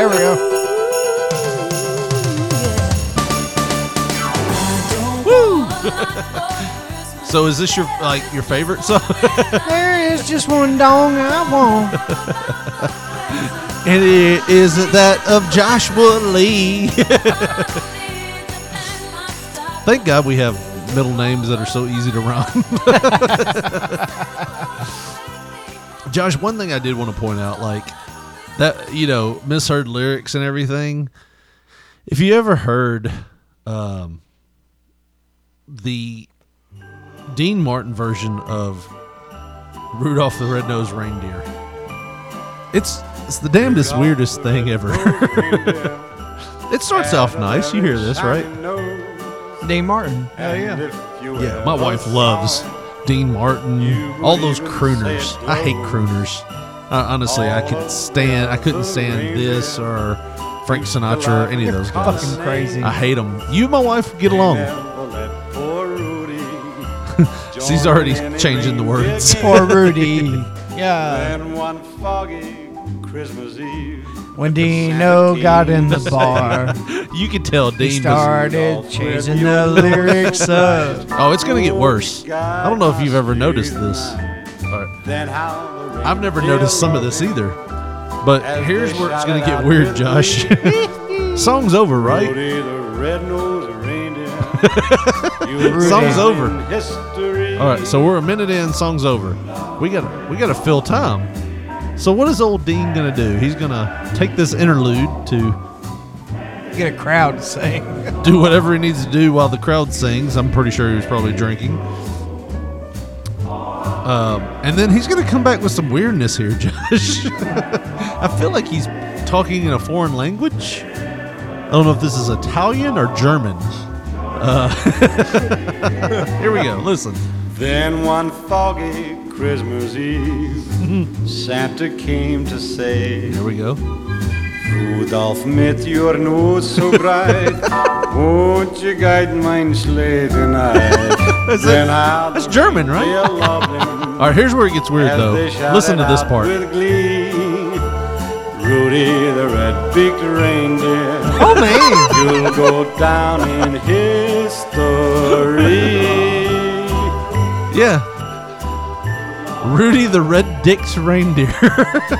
we go. So is this your like your favorite song? There is just one dong I want. and it isn't that of Joshua Lee. Thank God we have middle names that are so easy to rhyme. Josh, one thing I did want to point out, like that, you know, misheard lyrics and everything. If you ever heard um, the Dean Martin version of Rudolph the Red-Nosed Reindeer, it's it's the damnedest, weirdest thing ever. it starts off nice. You hear this, right? Dean Martin. Hell yeah. Yeah, my wife loves Dean Martin, all those crooners. I hate crooners. Uh, honestly, I could stand. I couldn't stand this or Frank Sinatra or any of those guys. Fucking crazy. I hate them. You, and my wife, get along. She's already changing the words. Poor Rudy. Yeah. And one foggy Christmas Eve. When Dino got in the bar, You can tell he Dean. Was, started chasing the lyrics up. oh, it's gonna get worse. I don't know if you've ever noticed this. All right. Then how the I've never noticed some of this either. But here's where it's gonna get weird, Josh. Song's over, right? Rudy the red-nosed reindeer. Song's over. History. All right, so we're a minute in. Song's over. We gotta we gotta fill time. So what is old Dean gonna do? He's gonna take this interlude to Get a crowd to sing. do whatever he needs to do while the crowd sings. I'm pretty sure he was probably drinking. Um, and then he's gonna come back with some weirdness here, Josh. I feel like he's talking in a foreign language. I don't know if this is Italian or German. Uh, here we go. Listen. Then one foggy Christmas Eve, Mm-hmm. Santa came to say, Here we go. Rudolph, met your nose so bright, won't you guide mine sleigh tonight? That's, Then I'll that's German, right? real love them All right, here's where it gets weird, as though. they shout Listen it to this out part. With glee. Rudy the red-beaked reindeer. Oh man. You'll go down in history. Yeah. Rudy the Red Dick's Reindeer.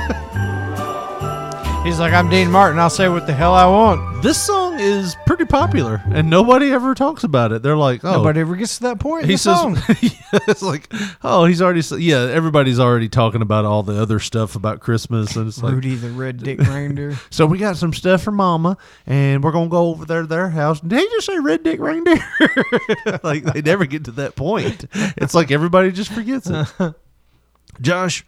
He's like, I'm Dean Martin. I'll say what the hell I want. this song is pretty popular, and nobody ever talks about it. They're like, oh. Nobody ever gets to that point. In he the says, song. Yeah, it's like, oh, he's already, s- yeah, everybody's already talking about all the other stuff about Christmas. And it's like, Rudy the Red Dick Reindeer. so we got some stuff for Mama, and we're going to go over there to their house. Did he just say Red Dick Reindeer? like, they never get to that point. It's like everybody just forgets it. Josh,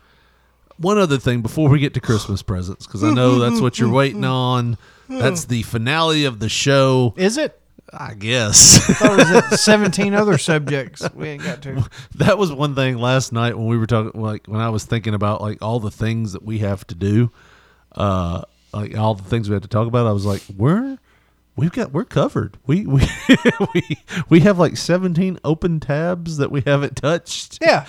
one other thing before we get to Christmas presents, because I know that's what you're waiting on. That's the finale of the show, Is it? I guess. Or is it 17 other subjects we ain't got to? that was one thing last night when we were talking, like when I was thinking about like all the things that we have to do, uh, like all the things we had to talk about. I was like, we're we've got we're covered. We we we we have like 17 open tabs that we haven't touched. Yeah.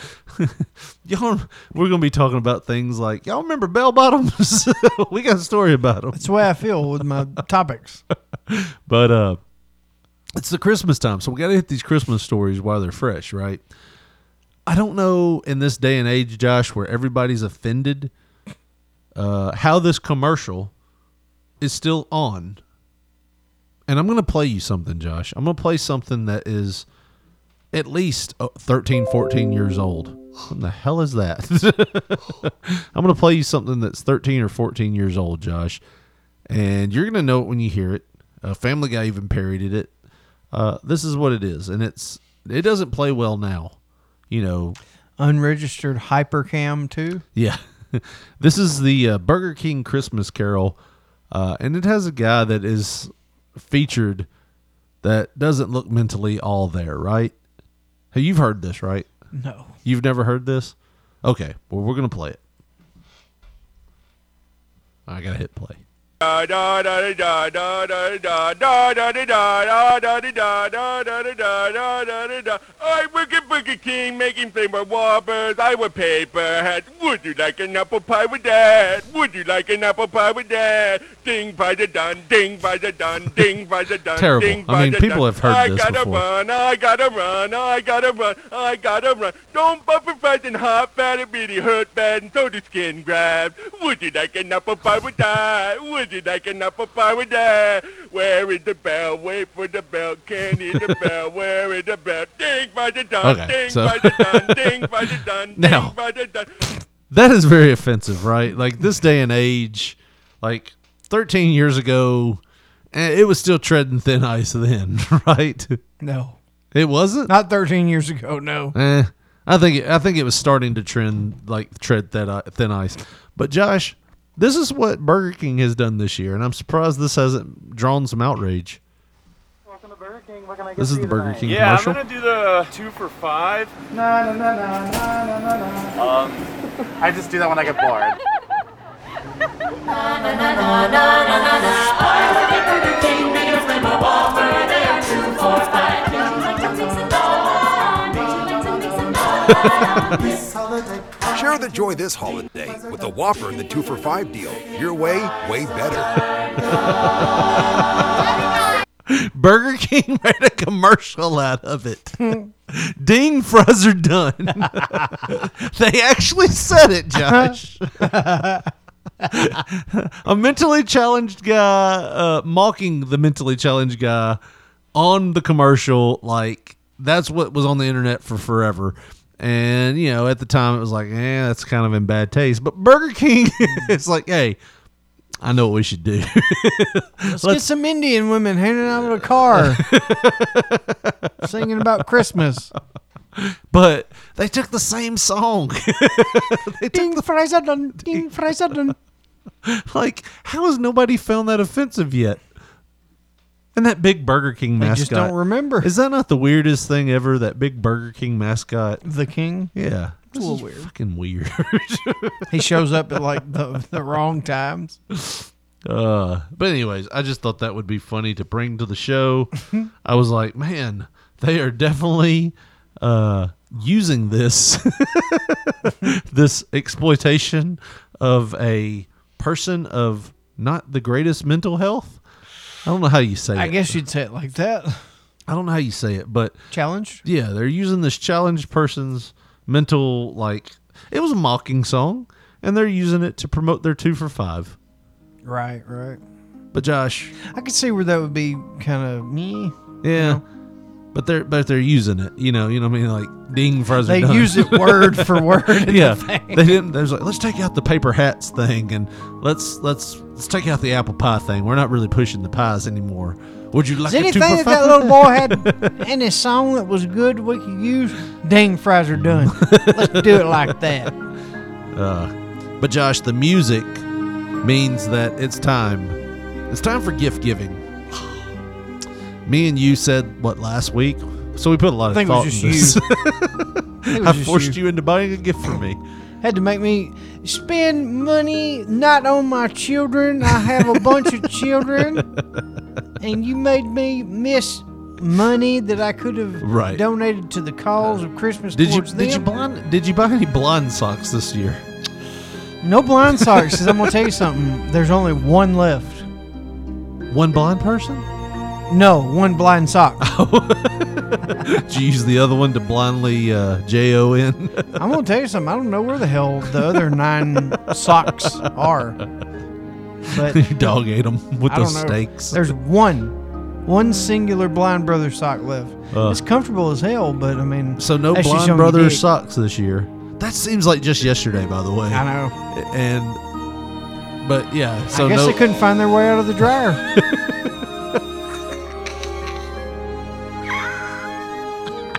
y'all we're gonna be talking about things like y'all remember bell bottoms we got a story about them That's the way I feel with my topics. but uh it's the Christmas time, so we got to hit these Christmas stories while they're fresh, right? I don't know in this day and age, Josh, where everybody's offended, uh, how this commercial is still on. And I'm going to play you something, Josh. I'm going to play something that is at least uh, 13, 14 years old. What the hell is that? I'm going to play you something that's 13 or 14 years old, Josh. And you're going to know it when you hear it. Uh, Family Guy even parodied it. Uh, this is what it is. And it's it doesn't play well now. You know, Unregistered hypercam too. yeah. this is the uh, Burger King Christmas Carol, uh, and it has a guy that is featured that doesn't look mentally all there, right? Hey, you've heard this, right? No. You've never heard this? Okay, well, we're going to play it. I got to hit play. I work at Burger King making flavor whoppers. I wear paper hats. Would you like an apple pie with that? Would you like an apple pie with that? Ding by the dun, ding by the dun, ding by the dun. Terrible. Ding I by mean, the people dun. have heard I this gotta before. run, I gotta run, I gotta run, I gotta run. Don't buffer fries and hot fat, it really hurt bad and so the skin grabs. Would you like an apple pie with that? Would you like an apple pie with that? Where is the bell? Wait for the bell. Can't hear the bell. Where is the bell? Ding by the dun, Okay, ding so- by the dun, ding by the dun, Now- ding by the dun. That is very offensive, right? Like this day and age, like 13 years ago, eh, it was still treading thin ice then, right? No. It wasn't? Not 13 years ago. No. Eh, I think it, I think it was starting to trend like tread that i- thin ice. But Josh, this is what Burger King has done this year, and I'm surprised this hasn't drawn some outrage. This is the Burger King Yeah, commercial. I'm gonna do the two for five. Na, na, na, na, na, na, na, na. Um, I just do that when I get bored. Share the joy this holiday with the Whopper and the two for five deal. Your way, way better. Burger King made a commercial out of it. Ding fries are done. they actually said it, Josh. a mentally challenged guy uh, mocking the mentally challenged guy on the commercial. Like that's what was on the internet for forever. And you know, at the time, it was like, eh, that's kind of in bad taste. But Burger King, it's like, hey, I know what we should do. Let's, get some Indian women hanging out of a car, singing about Christmas. But they took the same song. ding fries are done. Ding fries are done. like, how has nobody found that offensive yet? And that big Burger King They mascot. just don't remember. Is that not the weirdest thing ever? That big Burger King mascot. The king. Yeah. It's a This little is weird. Fucking weird. He shows up at like the, the wrong times. Uh, but anyways, I just thought that would be funny to bring to the show. I was like, man, they are definitely uh, using this this exploitation of a person of not the greatest mental health. I don't know how you say I it. guess you'd say it like that. I don't know how you say it, but challenge. Yeah, they're using this challenged person's mental like it was a mocking song, and they're using it to promote their two for five. Right, right. But Josh, I could see where that would be kind of me. Yeah. But they're but they're using it, you know. You know what I mean? Like ding fries. are They done. use it word for word in the yeah, thing. they didn't. There's like let's take out the paper hats thing, and let's let's let's take out the apple pie thing. We're not really pushing the pies anymore. Would you like Is a anything two for that five? that little boy had in his song that was good we could use? Dang, fries are done. Let's do it like that. Uh, but Josh, the music means that it's time. It's time for gift giving. Me and you said what last week, so we put a lot I of think it thought was just in this. you. think it was I just forced you into buying a gift for me. Had to make me spend money not on my children. I have a bunch of children, and you made me miss money that I could have Right. donated to the cause of Christmas Did you towards them. did you blind did you buy any blind socks this year? No blind socks, 'cause I'm gonna tell you something. There's only one left. One blind person? No, one blind sock. Did you use the other one to blindly uh, J O N? I'm gonna tell you something. I don't know where the hell the other nine socks are. But Your dog ate them with I the don't know. steaks. There's one, one singular blind brother sock left. Uh. it's comfortable as hell, but I mean, So no that's just Blind showing Brother dick. socks this year. That seems like just yesterday, by the way. I know. And but yeah, so I guess no, they couldn't find their way out of the dryer.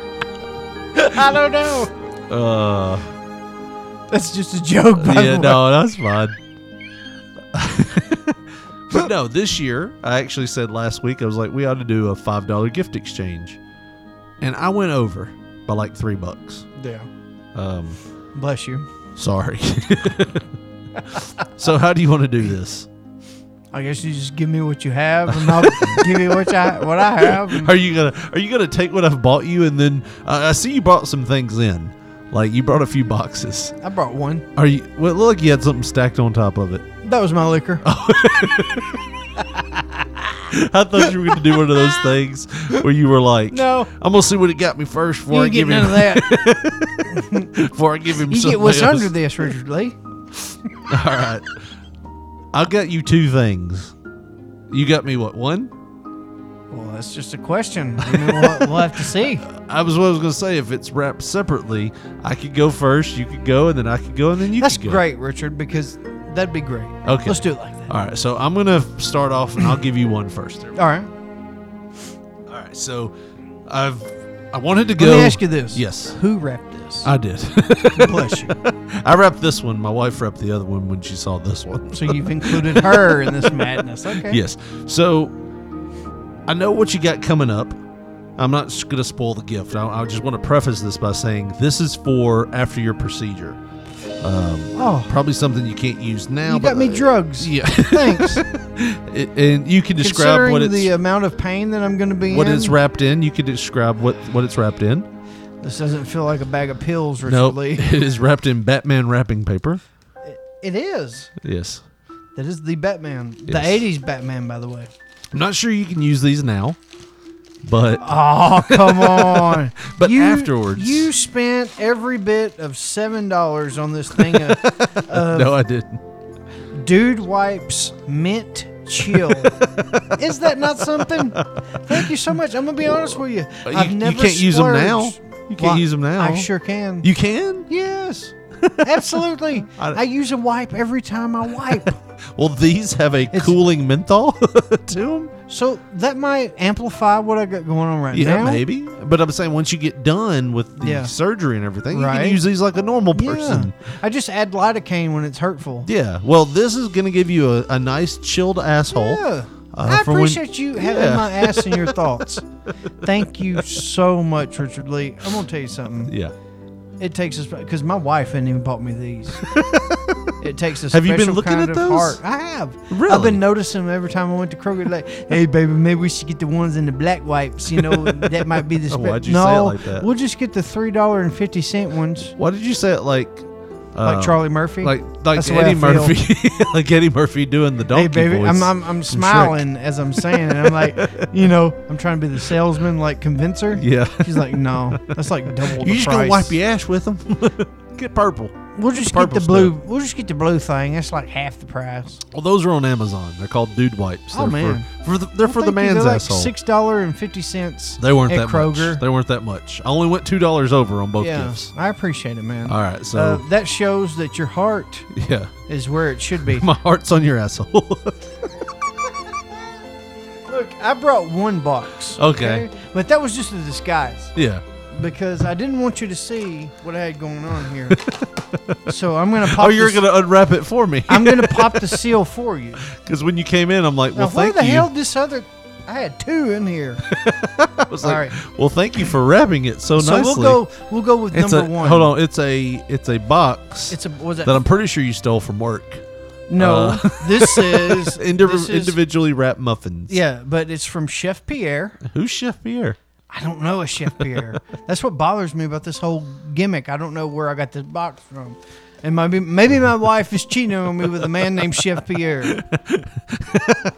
I don't know. uh, That's just a joke. By yeah, the way. no, that's fine. but no, this year I actually said last week I was like, we ought to do a five dollar gift exchange, and I went over by like three bucks. Yeah. Um, Bless you. sorry. so how do you want to do this? I guess you just give me what you have, and I'll give you what I what I have. and- Are you gonna Are you gonna take what I've bought you and then uh, I see you brought some things in, like you brought a few boxes. I brought one. Are you? Well, look, you had something stacked on top of it. That was my liquor. I thought you were gonna do one of those things where you were like, No. I'm gonna see what it got me first before you I ain't get give none him of that. before I give him You get something what's else." under this, Richard Lee. All right, I got you two things. You got me what one? Well, that's just a question. I mean, we'll, we'll have to see. I was what I was gonna say. If it's wrapped separately, I could go first. You could go, and then I could go, and then you. That's could go. great, Richard, because that'd be great. Okay. Let's do it like that. All right, so I'm gonna start off, and I'll give you one first. All All right. right, so I've I wanted to go. Let me ask you this. Yes. Who wrapped this? I did. Bless you. I wrapped this one. My wife wrapped the other one when she saw this one. So you've included her in this madness. Okay. Yes. So I know what you got coming up. I'm not going to spoil the gift. I, I just want to preface this by saying this is for after your procedure. Um, Oh. Probably something you can't use now. You but got me drugs. Yeah. Thanks. it, and you can describe Considering what it's the uh, amount of pain that I'm going to be what in, it's wrapped in. You can describe what what it's wrapped in. this doesn't feel like a bag of pills, Richard No, Lee. it is wrapped in Batman wrapping paper. It is. Yes. That is the Batman. The Yes. 80s Batman, by the way. I'm not sure you can use these now, but Oh, come on. But You- afterwards. You spent every bit of $7 on this thing of, of no, I didn't. Dude Wipes Mint Chill. is that not something? Thank you so much. I'm going to be honest with you. But I've you, you never can't use them now. splurged. You can't Well, use them now. I sure can. You can? yes. Absolutely. I, I- use a wipe every time I wipe. Well, these have a cooling menthol to them. so that might amplify what I got going on right Yeah, now. maybe. But I'm saying once you get done with the Yeah. surgery and everything, you Right. can use these like a normal person. Yeah. I just add lidocaine when it's hurtful. Yeah. Well, this is going to give you a, a nice chilled asshole. uh, Yeah. I for when- appreciate you having Yeah. my ass in your thoughts. Thank you so much, Richard Lee. I'm gonna tell you something. Yeah. It takes us because my wife hadn't even bought me these. it takes us. Have you been looking kind at of those? Heart. I have. I've Really? been noticing them every time I went to Kroger. Like, hey, baby, maybe we should get the ones in the black wipes. You know, that might be the. Spe- Oh, Why'd you say no, it like that? we'll just get the three dollar and fifty cent ones, Why did you say it like. like um, Charlie Murphy. Like That's like the way I Eddie feel. Murphy, like Eddie Murphy doing the donkey Hey baby, voice I'm, I'm, from I'm Shrek. smiling as I'm saying it. I'm like, you know, I'm trying to be the salesman, like convincer. Yeah. She's like, no, that's like double. the You just price. gonna wipe your ass with them? Get purple. We'll just get purple the blue. We'll just get the blue thing. That's like half the price. Well, those are on Amazon. They're called dude wipes. Oh, they're man. for, for the, they're for the Thank man's you. They're like asshole. Six dollar and fifty cents. they weren't at that Kroger. much. They weren't that much. I only went two dollars over on both yeah, gifts. I appreciate it, man. All right, so Uh, that shows that your heart yeah, is where it should be. my heart's on your asshole. Look, I brought one box. Okay. but that was just a disguise. yeah, because I didn't want you to see what I had going on here. so I'm gonna pop. oh, you're this- gonna unwrap it for me I'm gonna pop the seal for you. because when you came in, I'm like, Now, well, where thank the you. hell this other? I had two in here. I was like, All right. well, thank you for wrapping it so, so nicely. we'll go. We'll go with It's number a, one. Hold on, it's a it's a box It's a. Was that? that I'm pretty sure you stole from work. no. this is. Indiv- this is- individually wrapped muffins. Yeah, but it's from Chef Pierre. Who's Chef Pierre? I don't know a Chef Pierre. That's what bothers me about this whole gimmick. I don't know where I got this box from. And maybe maybe my wife is cheating on me with a man named Chef Pierre.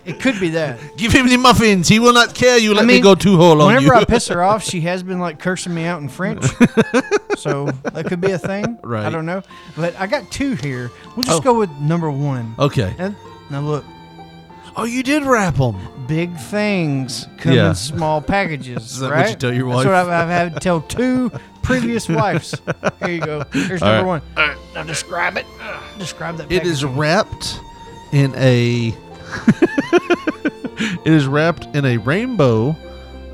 it could be that. Give him the muffins. He will not care. You let me go too whole on you. Whenever I piss her off, she has been like cursing me out in French. so that could be a thing. Right. Oh. I don't know. But I got two here. We'll just go with number one. Okay. And, now look. Oh, you did wrap them. Big things come Yeah. in small packages. Is that what right? you tell your wife? That's what I've, I've had to tell two previous wives. Here you go. Here's All number right. one. Now describe it. Describe that. It is wrapped in a. it is wrapped in a rainbow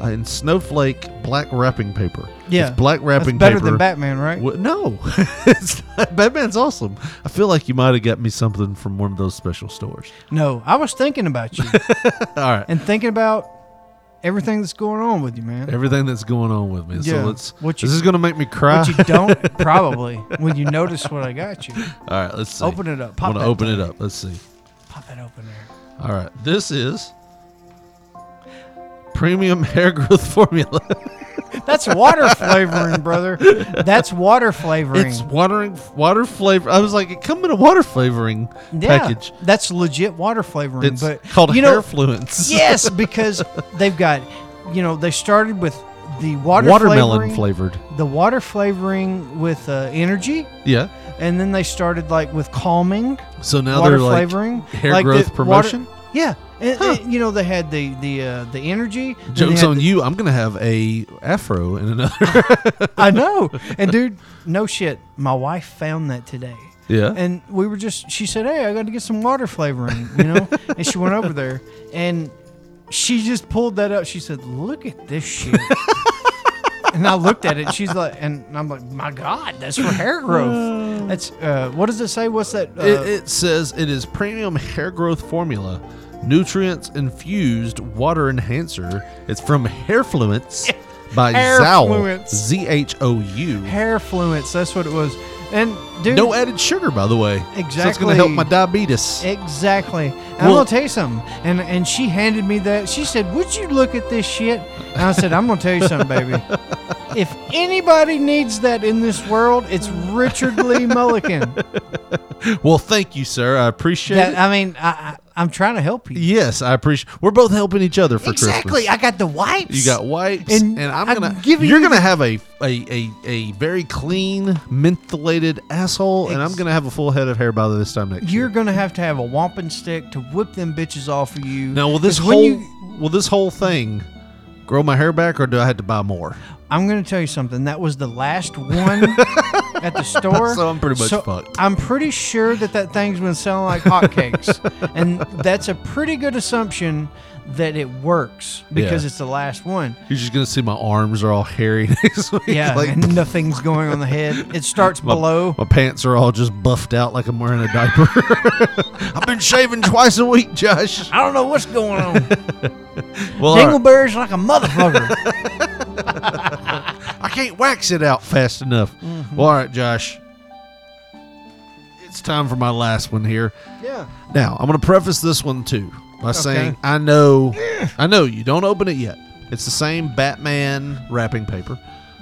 uh, and snowflake black wrapping paper. Yeah. it's black That's wrapping better paper. than Batman, right? Wh- no, it's not, Batman's awesome. I feel like you might have got me something from one of those special stores. No, I was thinking about you All right, and thinking about everything that's going on with you, man. everything that's going on with me. Yeah. So let's. What this you- is going to make me cry. What you don't probably when you notice what I got you. All right, let's see. Open it up. Pop Want that to open thing. it up? Let's see. Pop that open there. All right, this is premium hair growth formula. That's water flavoring, brother. That's water flavoring. It's watering water flavor. I was like, it come in a water flavoring Yeah, package. That's legit water flavoring. It's but called you know, Hairfluence. yes, because they've got, you know, they started with the water Watermelon flavoring- flavored. the water flavoring with uh, energy, Yeah. and then they started like with calming. So now water they're like flavoring, hair Like the growth water- promotion. yeah, and, and, you know they had the the uh, the energy. then they Jokes had on you. I'm gonna have a afro in another. I know. And dude, no shit. My wife found that today. Yeah. And we were just she said, Hey, I gotta get some water flavoring, you know? and she went over there and she just pulled that up. She said, Look at this shit. and I looked at it, she's like and I'm like, My God, that's for hair growth. That's uh what does it say? What's that uh, it, it says it is premium hair growth formula, nutrients infused water enhancer. It's from Hairfluence by Zowl. Hairfluence. Z H O U. hair fluence, that's what it was. And dude No added sugar, by the way. So it's gonna help Exactly. my diabetes. Exactly. And I'm Well- gonna tell you something. And and she handed me that. She said, "Would you look at this shit?" And I said, "I'm gonna tell you something, baby. If anybody needs that in this world, it's Richard Lee Mulligan. Well, thank you, sir. I appreciate Eh. That it. I mean, I, I I'm trying to help you. Yes, I appreciate. We're both helping each other for Exactly. Christmas. I got the wipes. You got wipes, and, And I'm I'm gonna. giving you're you gonna the- have a a, a a very clean mentholated asshole, and I'm Ex- gonna have a full head of hair by this time next year. You're gonna have to have a wampin stick to whip them bitches off of you. Now, will this 'Cause whole when you- will this whole thing grow my hair back, or do I have to buy more? I'm going to tell you something. That was the last one at the store. So I'm pretty much fucked. I'm pretty sure that that thing's been selling like hotcakes. and that's a pretty good assumption that it works because Yeah. it's the last one. You're just gonna see my arms are all hairy next week. Yeah, like and nothing's going on the head. It starts my, below. my pants are all just buffed out like I'm wearing a diaper. I've been shaving twice a week, Josh. I don't know what's going on. Well, all right. Dingleberry's like a motherfucker. I can't wax it out fast enough. Well, all right, Josh. It's time for my last one here. yeah. Now, I'm going to preface this one too by saying I know, I know you don't open it yet. It's the same Batman wrapping paper,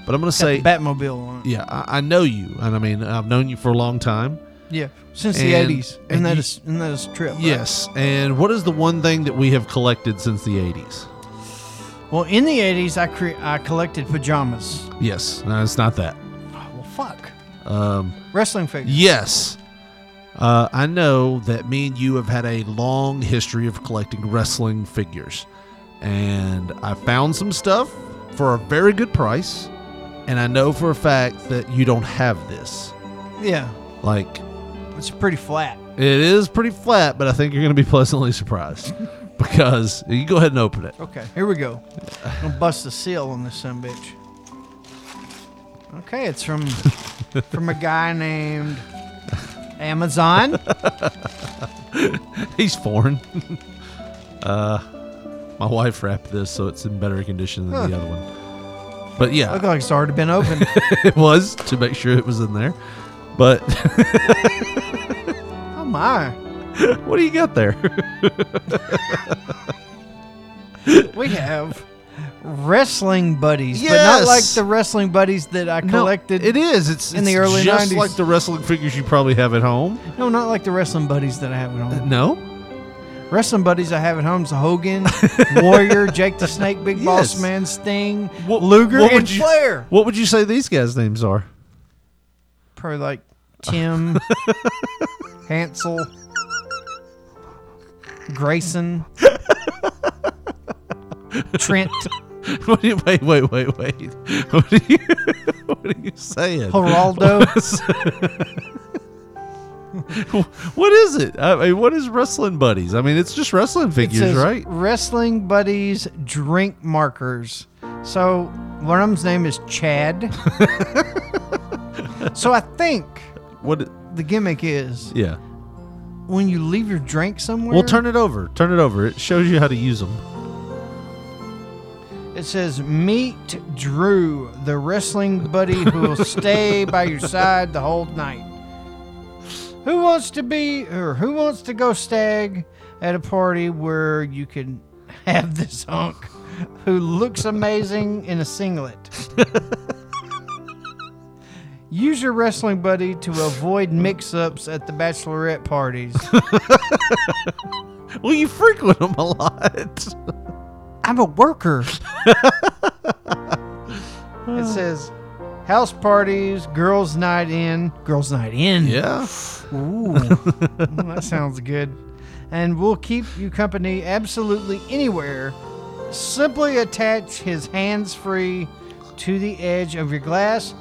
but I'm going to Got the say, Batmobile on it. yeah, I, I know you, and I mean I've known you for a long time. Yeah. Since And- the 80s. And, and that you- is- and that is a trip. right? Yes, and what is the one thing that we have collected since the 80s? Well, in the 80s, I, cre- I collected pajamas. Yes, no, it's not that. Well, fuck. Um, Wrestling figures. Yes. Uh, I know that me and you have had a long history of collecting wrestling figures. And I found some stuff for a very good price. And I know for a fact that you don't have this. Yeah. Like, It's pretty flat. it is pretty flat, but I think you're going to be pleasantly surprised because you go ahead and open it. Okay, here we go. I'm gonna bust the seal on this son bitch. Okay, it's from from a guy named Amazon. He's foreign. uh, my wife wrapped this, so it's in better condition than the other one. But yeah. Look like it's already been opened. it was to make sure it was in there. But Oh my. what do you got there? We have wrestling buddies, but Yes. not like the wrestling buddies that I collected. No, it is. It's in the it's early just 90s. like the wrestling figures you probably have at home. no, not like the wrestling buddies that I have at home. No, Wrestling buddies I have at home is Hogan, Warrior, Jake the Snake, Big Yes. Boss Man, Sting, Luger, what and would you- Flair. What would you say these guys' names are? Probably like Tim, Hansel, Grayson, Trent, What do you, wait, wait, wait, wait. What are you, what are you saying? Geraldo. what is it? I mean, what is wrestling buddies? I mean, it's just wrestling It figures, says, right? Wrestling buddies drink markers. So one of them's name is Chad. so I think What? the gimmick is Yeah. when you leave your drink somewhere. Well, turn it over. Turn it over. It shows you how to use them. It says, "Meet Drew, the wrestling buddy who will stay by your side the whole night." Who wants to be, or who wants to go stag at a party where you can have this hunk who looks amazing in a singlet? Use your wrestling buddy to avoid mix-ups at the bachelorette parties. Well, you frequent them a lot. I'm a worker. It says house parties, girls' night in, girls' night in. Yeah. Ooh, that sounds good. And we'll keep you company absolutely anywhere. Simply attach his hands free to the edge of your glass,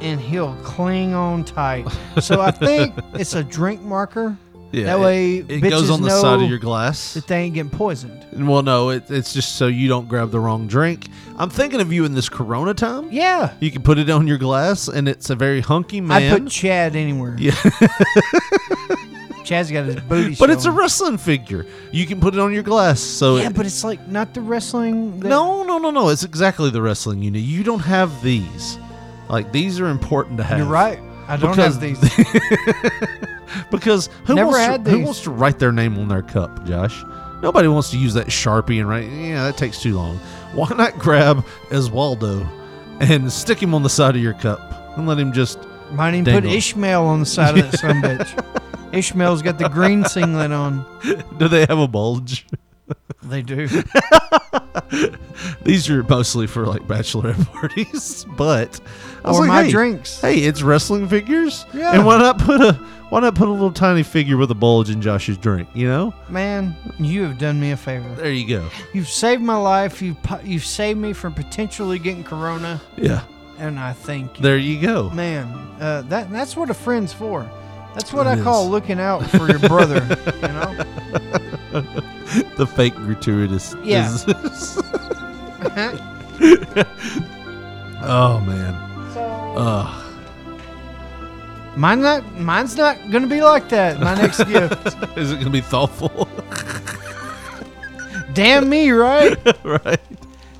and he'll cling on tight. So I think it's a drink marker. Yeah. that it- way, it, goes bitches on the side know of your glass. that they ain't getting poisoned. Well, no, it, it's just so you don't grab the wrong drink. I'm thinking of you in this Corona time. Yeah. You can put it on your glass, and it's a very hunky man. I put Chad anywhere. Yeah. Chad's got his booty. but it's a showing. wrestling figure. You can put it on your glass. So yeah, it- but it's like not the wrestling. That, no, no, no, no. It's exactly the wrestling you need. You don't have these. Like these are important to have. you're right. I don't have these. Because- Because who Never wants had to, who these. wants to write their name on their cup, Josh? Nobody wants to use that sharpie and write. Yeah, that takes too long. Why not grab Oswaldo and stick him on the side of your cup and let him just Might even put dangle. Ishmael on the side of that son of a bitch. Ishmael's got the green singlet on. Do they have a bulge? They do. These are mostly for like bachelorette parties, but I was Or like, my hey, drinks. Hey, it's wrestling figures. Yeah. And why not put a why not put a little tiny figure with a bulge in Josh's drink? You know. Man, you have done me a favor. There you go. You've saved my life. You've po- you've saved me from potentially getting corona, Yeah. and I thank you. There you go. Man, uh, that that's what a friend's for. That's what It I call is. looking out for your brother. you know. the fake gratuitous. Yeah. is- oh man. Ugh. Mine not, mine's not gonna be like that. My next gift. is it gonna be thoughtful? Damn me, right? right.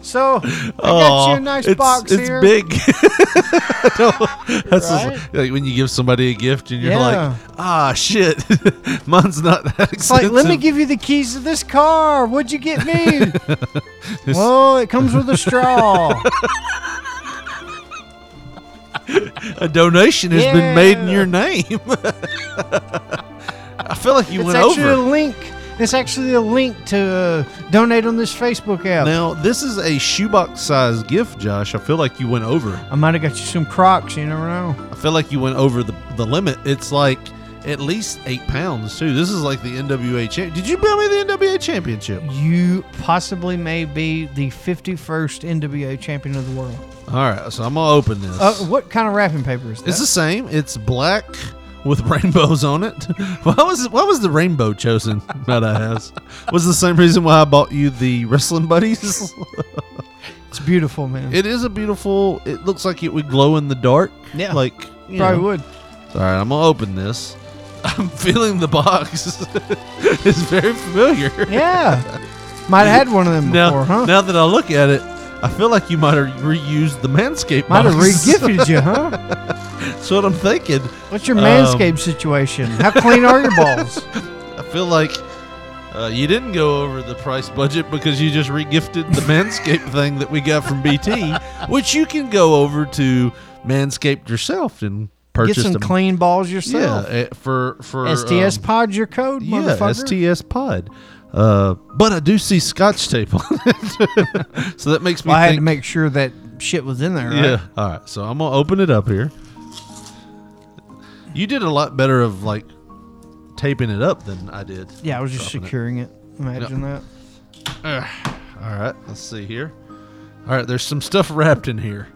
So I got Oh, you a nice it's, box it's here. big. I know. that's just Right? like when you give somebody a gift and you're Yeah. like, ah, shit, mine's not that expensive. It's like, let me give you the keys to this car. What'd you get me? Whoa, it comes with a straw. a donation has been made in Yeah. your name. I feel like you it's went actually over. a link. It's actually a link to uh, donate on this Facebook app. Now this is a shoebox size gift, Josh. I feel like you went over. I might have got you some Crocs. You never know. I feel like you went over the, the limit. It's like at least eight pounds too. This is like the NWA champ. Did you build me the NWA championship? You possibly may be the 51st NWA champion of the world. All right, so I'm gonna open this. Uh, what kind of wrapping paper is that? It's the same. It's black with rainbows on it. Why was why was the rainbow chosen? Might I ask? Was the same reason why I bought you the wrestling buddies? It's beautiful, man. it is a beautiful. It looks like it would glow in the dark. Yeah. like you Probably know. would. All right, I'm gonna open this. I'm feeling the box. it's very familiar. Yeah. Might have had one of them Now, before, huh? now that I look at it, I feel like you might have reused the Manscaped. Might have box. re-gifted you, huh? That's what I'm thinking. What's your Um, manscaped situation? How clean are your balls? I feel like Uh, you didn't go over the price budget because you just regifted the Manscaped thing that we got from BT, which you can go over to Manscaped yourself and purchase Get some them. clean balls yourself. Yeah, uh, for for STS um, pod your code, motherfucker. yeah, STS pod. Uh, but I do see Scotch tape on it, so that makes me Well, I had think. to make sure that shit was in there. Right? Yeah. All right. So I'm gonna open it up here. You did a lot better of like taping it up than I did. Yeah, I was just Dropping it. securing it. Imagine that. All right. Let's see here. All right. There's some stuff wrapped in here.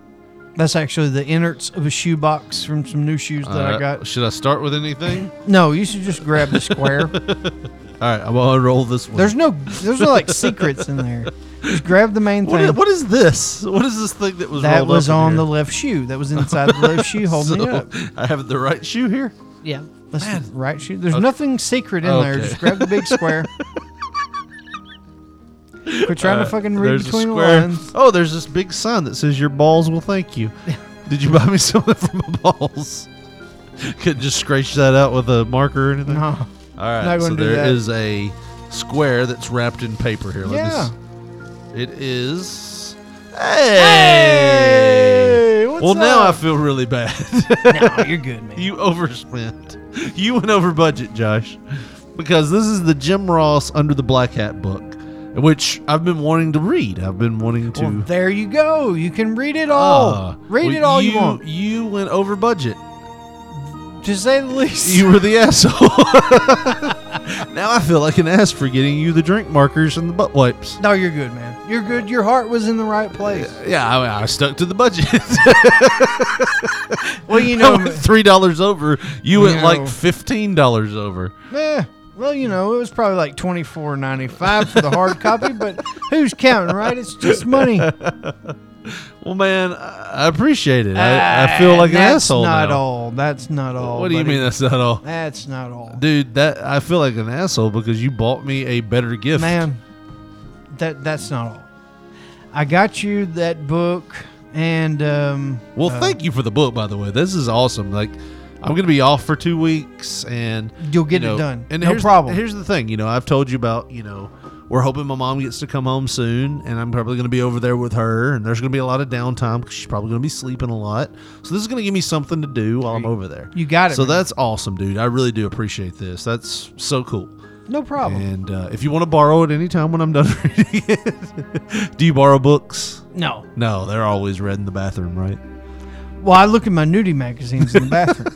That's actually the innards of a shoe box from some new shoes that I All right, got. Should I start with anything? No, you should just grab the square. All right. I'm gonna unroll this one. there's no, there's no like secrets in there. Just grab the main What thing. is, what is this? What is this thing that was that rolled was up in on here? the left shoe. That was inside the left shoe holding So, it up. I have the right shoe here. Yeah. That's the right shoe. There's Okay. nothing secret in there. Okay. Just grab the big square. Quit trying Uh, to fucking read there's a between the square- lines. Oh, there's this big sign that says your balls will thank you. Did you buy me something from my balls? Could just scratch that out with a marker or anything. No. All right. Not gonna so do there that. is a square that's wrapped in paper here. Let Yeah. Me s- it is. Hey. what's well, now I up? feel really bad. No, you're good, man. you overspent. You went over budget, Josh, because this is the Jim Ross Under the Black Hat book, which I've been wanting to read. I've been wanting to. Well, there you go. You can read it all. Ah, read well, it all you, want. You went over budget. To say the least. You were the asshole. now I feel like an ass for getting you the drink markers and the butt wipes. no, you're good, man. You're good. Your heart was in the right place. Yeah, I, I stuck to the budget. Well, you I know, went three dollars over. You went You know. like fifteen dollars over. eh, well, you know, it was probably like twenty four ninety five for the hard copy, but who's counting, right? It's just money. Well, man, I I appreciate it. I, I feel like an Ah, that's asshole. Not now. all. That's not all. What do you buddy. mean that's not all, That's not all, dude? That I feel like an asshole because you bought me a better gift. man. That that's not all. I got you that book, and um, Well, uh, thank you for the book, by the way. This is awesome. Like, I'm gonna be off for two weeks, and You'll get you it know, done. And No here's- problem. Here's the thing. You know, I've told you about. You know, we're hoping my mom gets to come home soon, and I'm probably gonna be over there with her, and there's gonna be a lot of downtime because she's probably gonna be sleeping a lot. So this is gonna give me something to do while I'm over there. You got it, So man. that's awesome, dude. I really do appreciate this. That's so cool. no problem. And uh, if you want to borrow it anytime when I'm done reading it, do you borrow books? No. No, they're always read in the bathroom, right? Well, I look at my nudie magazines in the bathroom,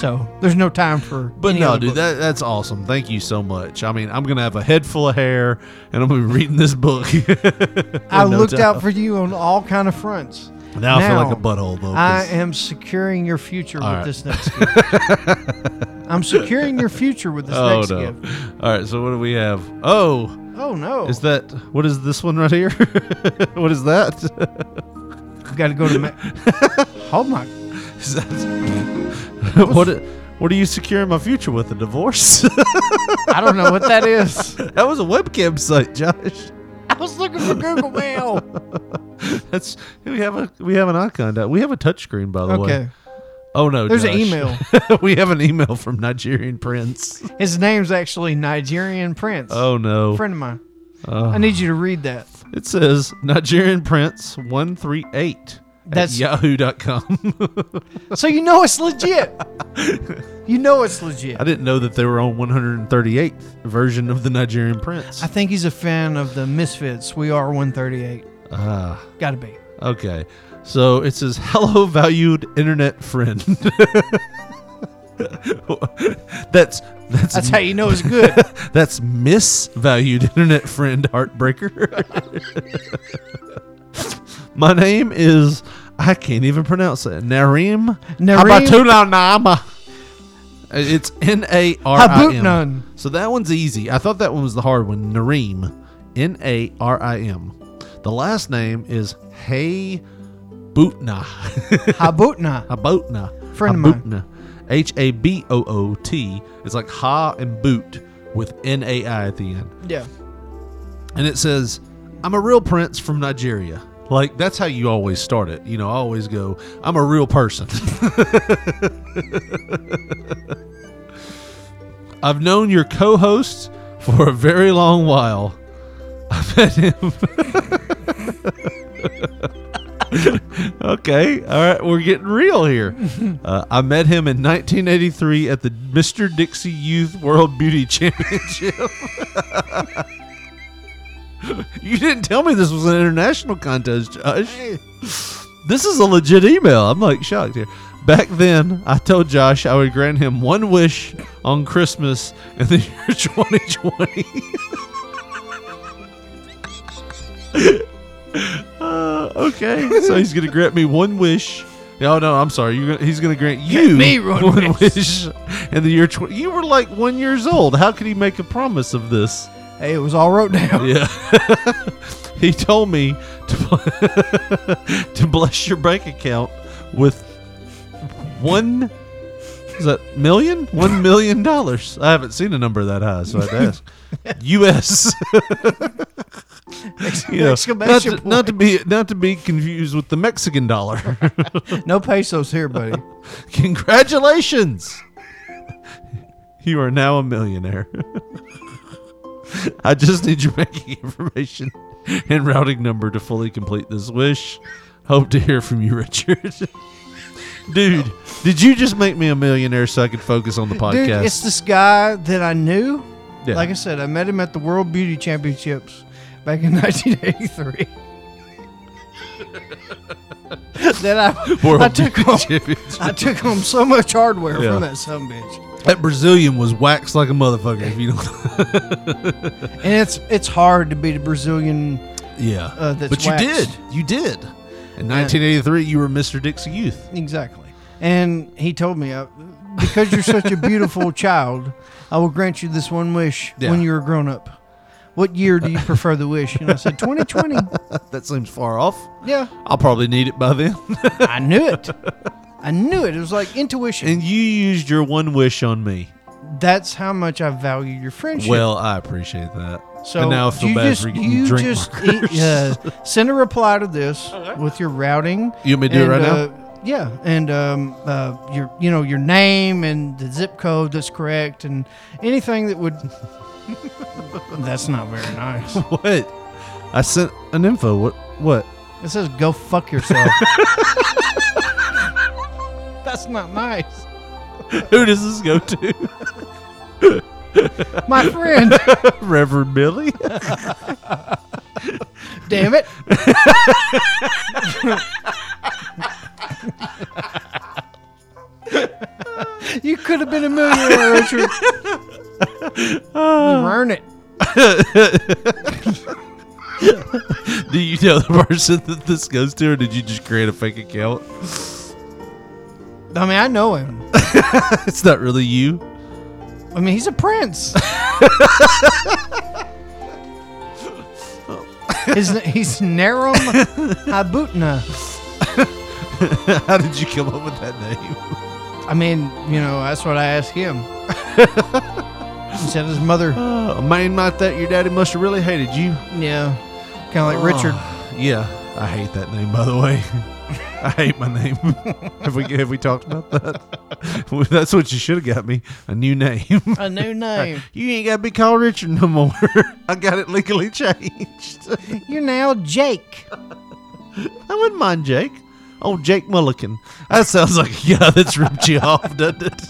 so there's no time for. But any no, other dude, book. that, that's awesome. Thank you so much. I mean, I'm gonna have a head full of hair, and I'm gonna be reading this book. I in no looked time. out for you on all kind of fronts. Now I feel like a butthole, though, 'cause- I am securing your future with All right. this next gift. I'm securing your future with this Oh next no! gift. All right, so what do we have? Oh, Oh no! is that what is this one right here? what is that? I've got to go to. Ma- oh my! Is that what? What are you securing my future with? A divorce? I don't know what that is. that was a webcam site, Josh. I was looking for Google Mail. That's we have a we have an icon. That, we have a touchscreen, by the Okay. way. Oh no! There's an Josh. email. we have an email from Nigerian Prince. His name's actually Nigerian Prince. Oh no! friend of mine. Oh. I need you to read that. It says Nigerian Prince 138 That's- at yahoo.com. So you know it's legit. you know it's legit. I didn't know that they were on 138th version of the Nigerian Prince. I think he's a fan of the Misfits. We are 138. Ah, Gotta be. okay. So it says, Hello, valued internet friend. that's that's That's how you know it's good. that's misvalued internet friend heartbreaker. My name is I can't even pronounce it. Narim Nareem- Habatulanaama. It's N A R I Habutnan. M. So that one's easy. I thought that one was the hard one. Narim, N A R I M. The last name is Hey Bootna. Habutna. Habotna. Friend of mine. H A B O O T. It's like ha and boot with N A I at the end. Yeah. And it says, I'm a real prince from Nigeria. Like, that's how you always start it. You know, I always go, I'm a real person. I've known your co hosts for a very long while. I met him. okay, all right, we're getting real here. Uh, I met him in 1983 at the Mr. Dixie Youth World Beauty Championship. you didn't tell me this was an international contest, Josh. This is a legit email. I'm like shocked here. Back then, I told Josh I would grant him one wish on Christmas in the year 2020. Uh, okay, so he's gonna grant me one wish. No, no, I'm sorry. You're gonna, he's gonna grant you me one wish. in the year 20. You were like one years old. How could he make a promise of this? Hey, it was all wrote down. Yeah. he told me to, bl- to bless your bank account with one. Is that million? One million dollars. I haven't seen a number that high, so I had to ask. U.S. You know, not, Exclamation to, not to be not to be confused with the Mexican dollar. no pesos here, buddy. Congratulations. You are now a millionaire. I just need your banking information and routing number to fully complete this wish. Hope to hear from you, Richard. Dude, did you just make me a millionaire so I could focus on the podcast? Dude, it's this guy that I knew. Yeah. Like I said, I met him at the World Beauty Championships back in 1983. that I, World I took Beauty home, Championships. I took home so much hardware Yeah. from that son of a bitch. that Brazilian was waxed like a motherfucker. If you don't, And it's it's hard to beat a Brazilian. yeah, Uh, that's but you did, waxed. you did. In 1983, you were Mr. Dixie Youth. Exactly. And he told me, uh, because you're such a beautiful child, I will grant you this one wish Yeah. when you're a grown up. What year do you prefer the wish? And I said, 2020. that seems far off. Yeah. I'll probably need it by then. I knew it. I knew it. It was like intuition. and you used your one wish on me. That's how much I value your friendship. Well, I appreciate that. so and now I feel you bad just, for getting you drink just e-, markers. yeah, send a reply to this with your routing. You want me to do it and, right now? uh, Yeah, and um, uh, your you know your name and the zip code that's correct and anything that would. that's not very nice. what? I sent an info. What? What? It says go fuck yourself. that's not nice, Who does this go to? my friend. Reverend Billy. Damn it. you could have been a millionaire, Richard. you earn it. Do you know the person that this goes to, or did you just create a fake account? I mean, I know him. it's not really you. I mean, he's a prince. His, he's Narum Habutna. How did you come up with that name? I mean, you know, that's what I asked him. he said his mother, Uh, a man like that, your daddy must have really hated you. yeah, kind of like Richard. Yeah, I hate that name. By the way, I hate my name. have we have we talked about that? Well, That's what you should have got me a new name. A new name. you ain't got to be called Richard no more. I got it legally changed. You're now Jake. I wouldn't mind Jake. Oh, Jake Mulligan. That sounds like a guy that's ripped you off, doesn't it?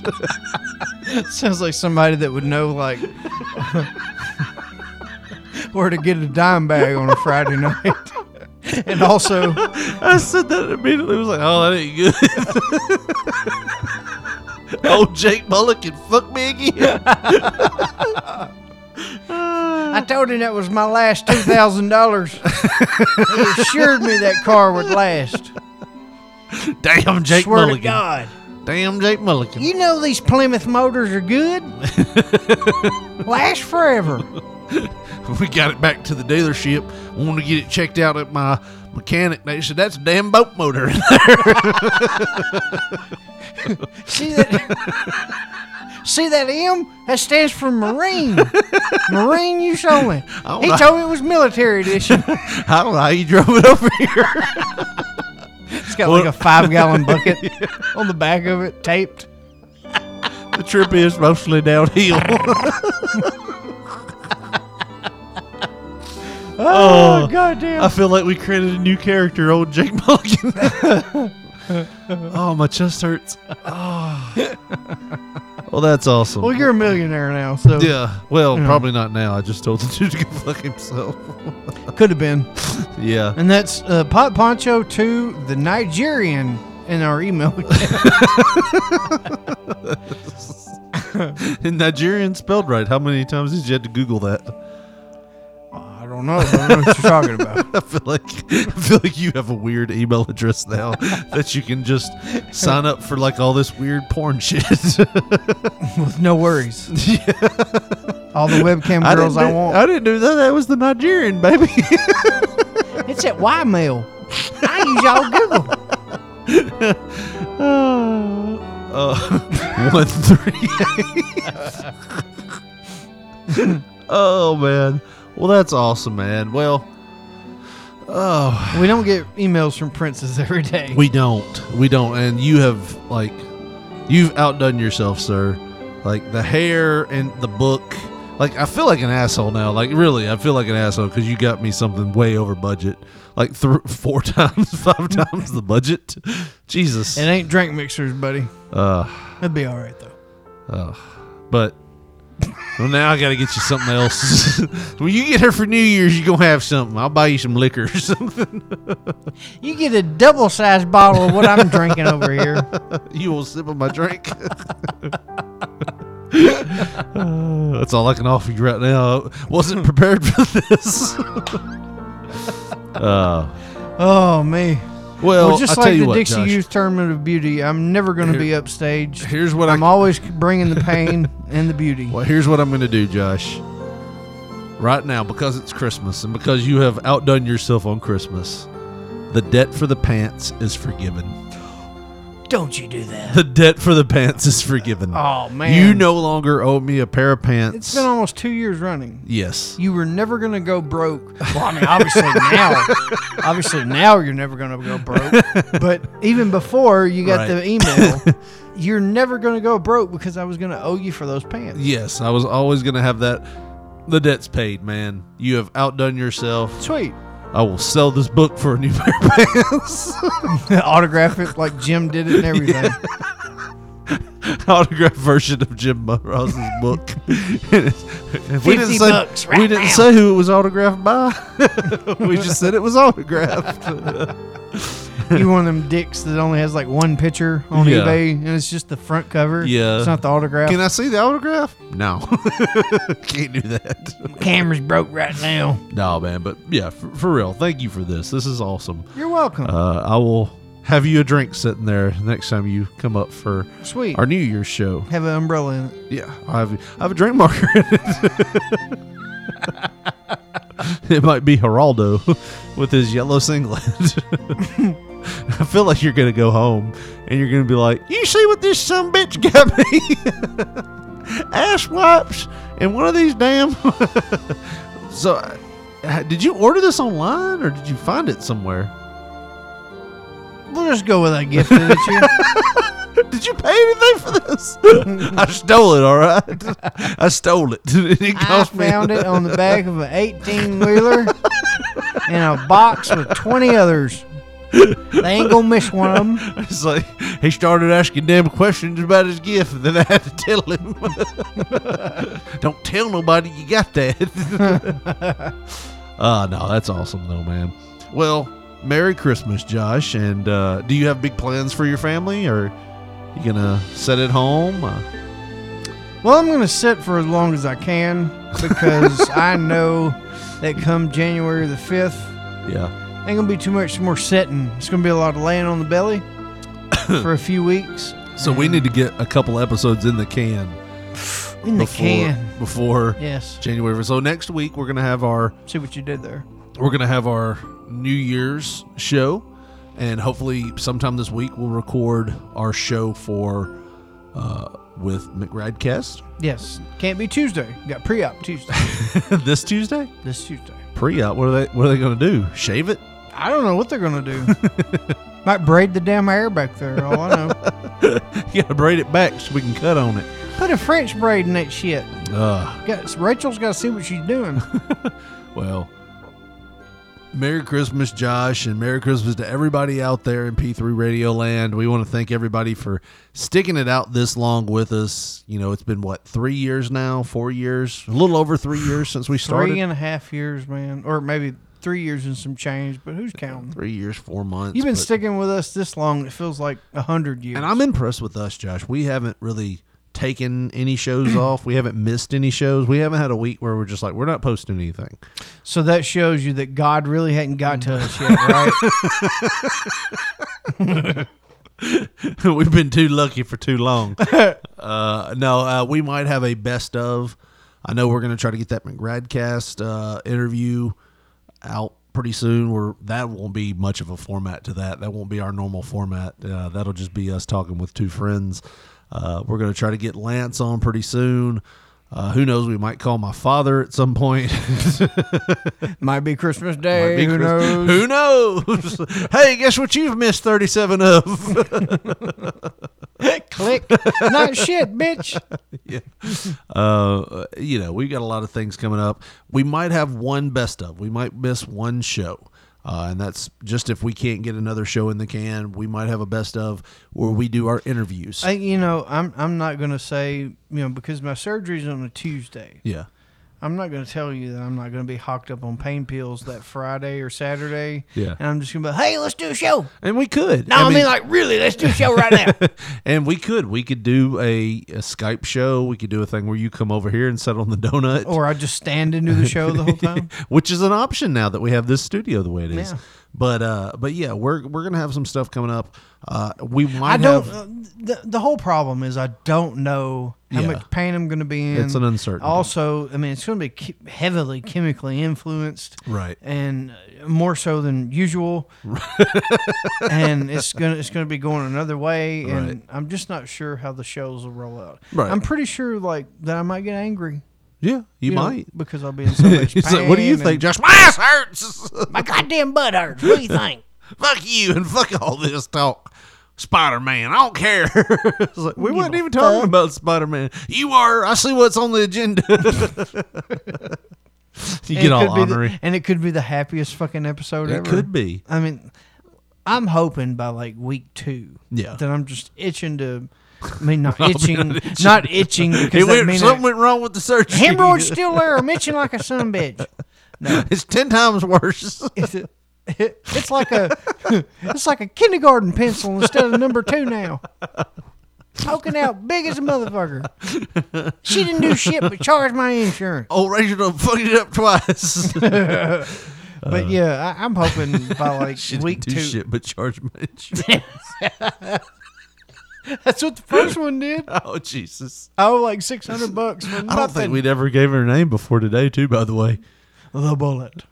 Sounds like somebody that would know like where to get a dime bag on a Friday night. and also I said that immediately. I was like, oh, that ain't good. oh, Jake Mulligan, fuck me again. I told him that was my last two thousand dollars. He assured me that car would last. Damn, Jake Swear Mulligan. to God. Damn, Jake Mulligan. You know these Plymouth motors are good. last forever. we got it back to the dealership. Wanted to get it checked out at my mechanic. They said that's a damn boat motor in there. See that See that M? That stands for Marine. Marine use only. don't He know. told me it was military edition. I don't know how you drove it over here. It's got like a five gallon bucket on the back of it, taped. the trip is mostly downhill. Oh, goddamn. I feel like we created a new character, old Jake Mulligan. oh, my chest hurts. Oh. Well, that's awesome. Well, you're a millionaire now, so yeah. Well, you know. probably not now. I just told the dude to go fuck himself. could have been. yeah. And that's uh, Pot Poncho to the Nigerian in our email. And Nigerian spelled right. How many times did you have to Google that? I don't know. I don't know what you're talking about. I feel like I feel like you have a weird email address now that you can just sign up for like all this weird porn shit. With no worries. All the webcam I girls didn't I do- want. I didn't do that. That was the Nigerian baby. It's at Ymail. I use y'all Google. uh, one three eight. oh man. Well, that's awesome, man. Well, oh, We don't get emails from princes every day. we don't, we don't, and you have like, you've outdone yourself, sir. Like the hair and the book. Like I feel like an asshole now. Like really, I feel like an asshole because you got me something way over budget. Like th- four times, five times the budget. Jesus. it ain't drink mixers, buddy. Uh, That'd be all right though. Oh, but well, now I got to get you something else. when you get her for New Year's, you gonna have something. I'll buy you some liquor or something. You get a double sized bottle of what I'm drinking over here. you will sip on my drink. Uh, that's all I can offer you right now. Wasn't Hmm. prepared for this. uh, Oh me. well, Well, just I'll like tell you the what, Dixie Josh. Youth Tournament of Beauty, I'm never going to be upstaged. here's what I I'm always bringing the pain and the beauty. Well, here's what I'm going to do, Josh. Right now, because it's Christmas and because you have outdone yourself on Christmas, the debt for the pants is forgiven. Don't you do that? The debt for the pants is forgiven. Oh man, You no longer owe me a pair of pants. it's been almost two years running. yes. You were never going to go broke. Well, I mean, obviously now, obviously now you're never going to go broke. But even before you got Right. the email, you're never going to go broke because I was going to owe you for those pants. Yes, I was always going to have that. The debt's paid, man. You have outdone yourself. Sweet. I will sell this book for a new pair of pants. Autograph it like Jim did it and everything. autographed version of Jim Ross's book. we didn't 50 say, bucks we right didn't now. say who it was autographed by. we just said it was autographed. you one of them dicks that only has like one picture on Yeah. eBay and it's just the front cover. Yeah. It's not the autograph. Can I see the autograph? No, can't do that. Camera's broke right now. No, man. But yeah, for, for real. Thank you for this. This is awesome. You're welcome. Uh, I will have you a drink sitting there next time you come up for Sweet. our New Year's show. Have an umbrella in it. Yeah, I have, I have a drink marker in it. it might be Geraldo with his yellow singlet. I feel like you're going to go home and you're going to be like, You see what this son of a bitch got me? Ass wipes and one of these damn. so, uh, did you order this online or did you find it somewhere? We'll just go with I gifted it to Did you pay anything for this? I stole it, all right. I stole it. it you. I cost me. found it on the back of an 18 wheeler in a box with 20 others. They ain't gonna miss one of them. It's like he started asking damn questions about his gift, and then I had to tell him, "Don't tell nobody you got that." uh no, that's awesome though, man. Well, Merry Christmas, Josh. And uh, do you have big plans for your family, or you gonna set it home? Uh, Well, I'm gonna sit for as long as I can because I know that come January the 5th, yeah, ain't gonna be too much more sitting. It's gonna be a lot of laying on the belly for a few weeks so Mm. we need to get a couple episodes in the can. in the can. before Yes. January. So next week we're gonna have our See what you did there. we're gonna have our New Year's show, and hopefully sometime this week we'll record our show for uh, with McRadcast Yes. Can't be Tuesday. Got pre-op Tuesday. this Tuesday. this Tuesday. Pre-op. What are they? What are they gonna do? Shave it? I don't know what they're gonna do. Might braid the damn hair back there. All I know. you gotta braid it back so we can cut on it. Put a French braid in that shit. Uh, Got, Rachel's got to see what she's doing. well, Merry Christmas, Josh, and Merry Christmas to everybody out there in P3 Radio Land. We want to thank everybody for sticking it out this long with us. You know, it's been what three years now, four years, a little over three years since we started. Three and a half years, man, or maybe three years and some change. But who's counting? Three years, four months. You've been but- sticking with us this long. It feels like a hundred years. And I'm impressed with us, Josh. We haven't really taken any shows off. We haven't missed any shows. We haven't had a week where we're just like we're not posting anything. So that shows you that God really hadn't got to us yet, right? We've been too lucky for too long. uh, no, uh, we might have a best of. I know we're going to try to get that McGradcast uh, interview out pretty soon. Where that won't be much of a format to that. That won't be our normal format. Uh, that'll just be us talking with two friends. Uh, we're going to try to get Lance on pretty soon. Uh, who knows? We might call my father at some point. might be Christmas Might Day. be who Christmas- knows? Who knows? hey, guess what you've missed 37 of? Click. Not shit, bitch. yeah. Uh, you know, we've got a lot of things coming up. We might have one best of. We might miss one show. Uh, and that's just if we can't get another show in the can, we might have a best of where we do our interviews. I, you know, I'm I'm not gonna say you know because my surgery's on a Tuesday. yeah. I'm not gonna tell you that I'm not gonna be hocked up on pain pills that Friday or Saturday. Yeah. And I'm just gonna be, hey, let's do a show. And we could. No, I mean, like, really, let's do a show right now. and we could. We could do a, a Skype show. We could do a thing where you come over here and settle on the donut. Or I just stand and do the show the whole time. which is an option now that we have this studio the way it is. Yeah. But uh, but yeah, we're we're gonna have some stuff coming up. Uh, we might I don't. have uh, the, the whole problem is I don't know how Yeah. much pain I'm going to be in. It's an uncertainty. Also, I mean, it's going to be che- heavily chemically influenced, Right. And uh, more so than usual. and it's gonna it's gonna be going another way, and Right. I'm just not sure how the shows will roll out. Right. I'm pretty sure like that I might get angry. Yeah, you know, might. because I'll be in so much pain. He's like, what do you think, "Ah, and- Josh? My ass hurts. My goddamn butt hurts. What do you think? fuck you and fuck all this talk. Spider Man, I don't care. It's like, we weren't even talking about Spider Man. You are. I see what's on the agenda. you And get it all could be the- honorary. and it could be the happiest fucking episode It ever. could be. I mean, I'm hoping by like week two. Yeah. That I'm just itching to. I mean, not I'll be itching, not not itching. itching, It because went- that means something went wrong with the search. Hemorrhoids still there. I'm itching like a son bitch. It's ten times worse. It's like a, it's like a kindergarten pencil instead of number two now. Poking out big as a motherfucker. She didn't do shit but charge my insurance. Old Rachel done fucked it up twice. But yeah, I, I'm hoping by Uh, like She didn't week do two. shit, but charge my insurance. That's what the first one did. oh Jesus! I owe like six hundred bucks for nothing. I don't think we'd ever gave her a name before today, too. By the way, the bullet.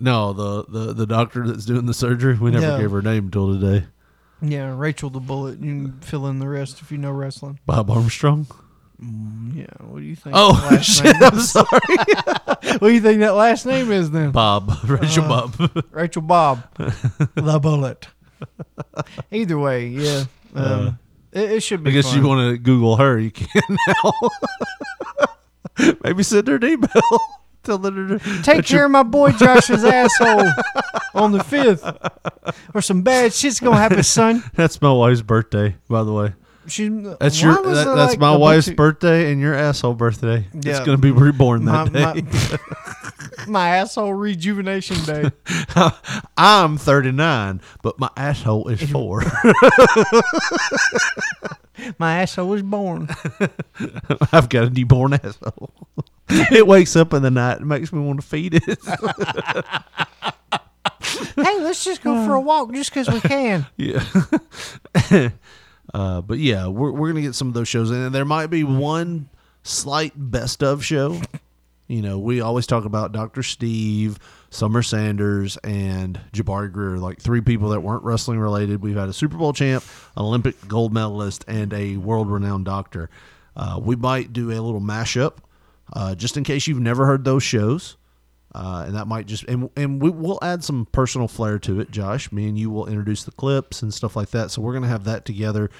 no the the, the doctor that's doing the surgery, we never No. gave her a name until today. Yeah, Rachel the bullet. You can fill in the rest if you know wrestling. Bob Armstrong. Yeah, what do you think? Oh, that last shit, name I'm is? sorry. what do you think that last name is then? Bob. Rachel Uh, Bob. Rachel Bob. the bullet. Either way, yeah. Um, Uh, it, it should be. I guess fun. you want to Google her. You can now. Maybe send her an email. Tell her to that Take care you're- of my boy Josh's asshole on the fifth, or some bad shit's gonna happen, son. That's my wife's birthday, by the way. She, That's why your. was That, there, that's like, my a bunch wife's of- birthday and your asshole birthday. It's Yeah. gonna be reborn that My- day. my asshole rejuvenation day. I'm 39, but my asshole is four. My asshole was born. I've got a newborn asshole. it wakes up in the night and makes me want to feed it. hey, let's just go for a walk just because we can. yeah. uh, but yeah, we're we're gonna get some of those shows in, and there might be one slight best of show. You know, we always talk about Dr. Steve, Summer Sanders, and Jabari Greer, like three people that weren't wrestling related. We've had a Super Bowl champ, an Olympic gold medalist, and a world renowned doctor. Uh, we might do a little mashup uh, just in case you've never heard those shows. Uh, and that might just and and we will add some personal flair to it, Josh. Me and you will introduce the clips and stuff like that. So we're gonna have that together.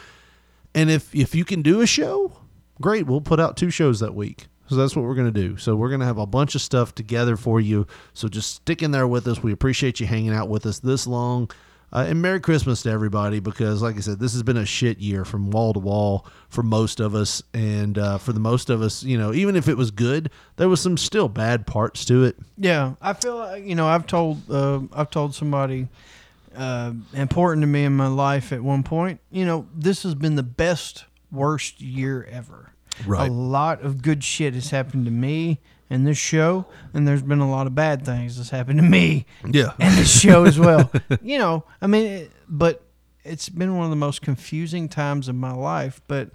And if if you can do a show, great. We'll put out two shows that week. So that's what we're going to do. So we're going to have a bunch of stuff together for you. So just stick in there with us. We appreciate you hanging out with us this long. Uh, and Merry Christmas to everybody because, like I said, this has been a shit year from wall to wall for most of us. And uh, for the most of us, you know, even if it was good, there was some still bad parts to it. Yeah, I feel like you know I've told uh, I've told somebody uh, important to me in my life at one point. You know, this has been the best worst year ever. Right. A lot of good shit has happened to me and this show, and there's been a lot of bad things that's happened to me. Yeah. And this show as well. you know, I mean, it, but it's been one of the most confusing times of my life. But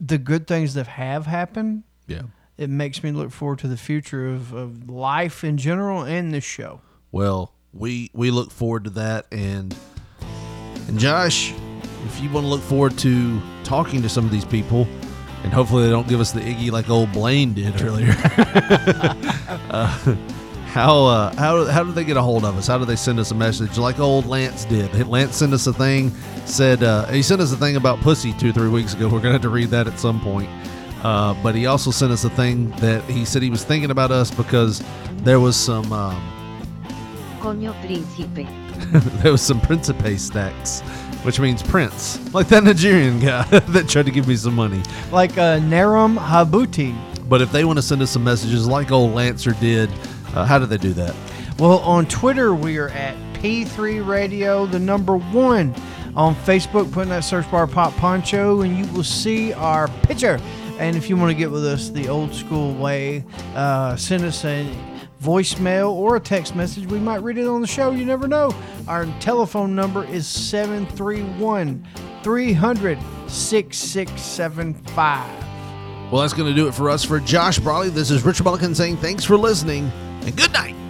the good things that have happened. Yeah. It makes me look forward to the future of, of life in general and this show. Well, we we look forward to that and and Josh, if you want to look forward to talking to some of these people, and hopefully they don't give us the Iggy like old Blaine did earlier. uh, how uh, how how do they get a hold of us? How do they send us a message like old Lance did? Lance sent us a thing, said uh, he sent us a thing about pussy two three weeks ago. We're gonna have to read that at some point. Uh, but he also sent us a thing that he said he was thinking about us because there was some. Um, Coño príncipe. there was some Principe stacks, which means prince, like that Nigerian guy that tried to give me some money. Like uh, Naram Habuti. But if they want to send us some messages like old Lancer did, uh, how do they do that? Well, on Twitter, we are at P3 Radio, the number one. On Facebook, put in that search bar Pop Poncho, and you will see our picture. And if you want to get with us the old school way, uh, send us a voicemail or a text message. We might read it on the show. You never know. Our telephone number is 731 300 6675. Well, that's going to do it for us. For Josh Brawley, this is Richard Mulligan saying thanks for listening and good night.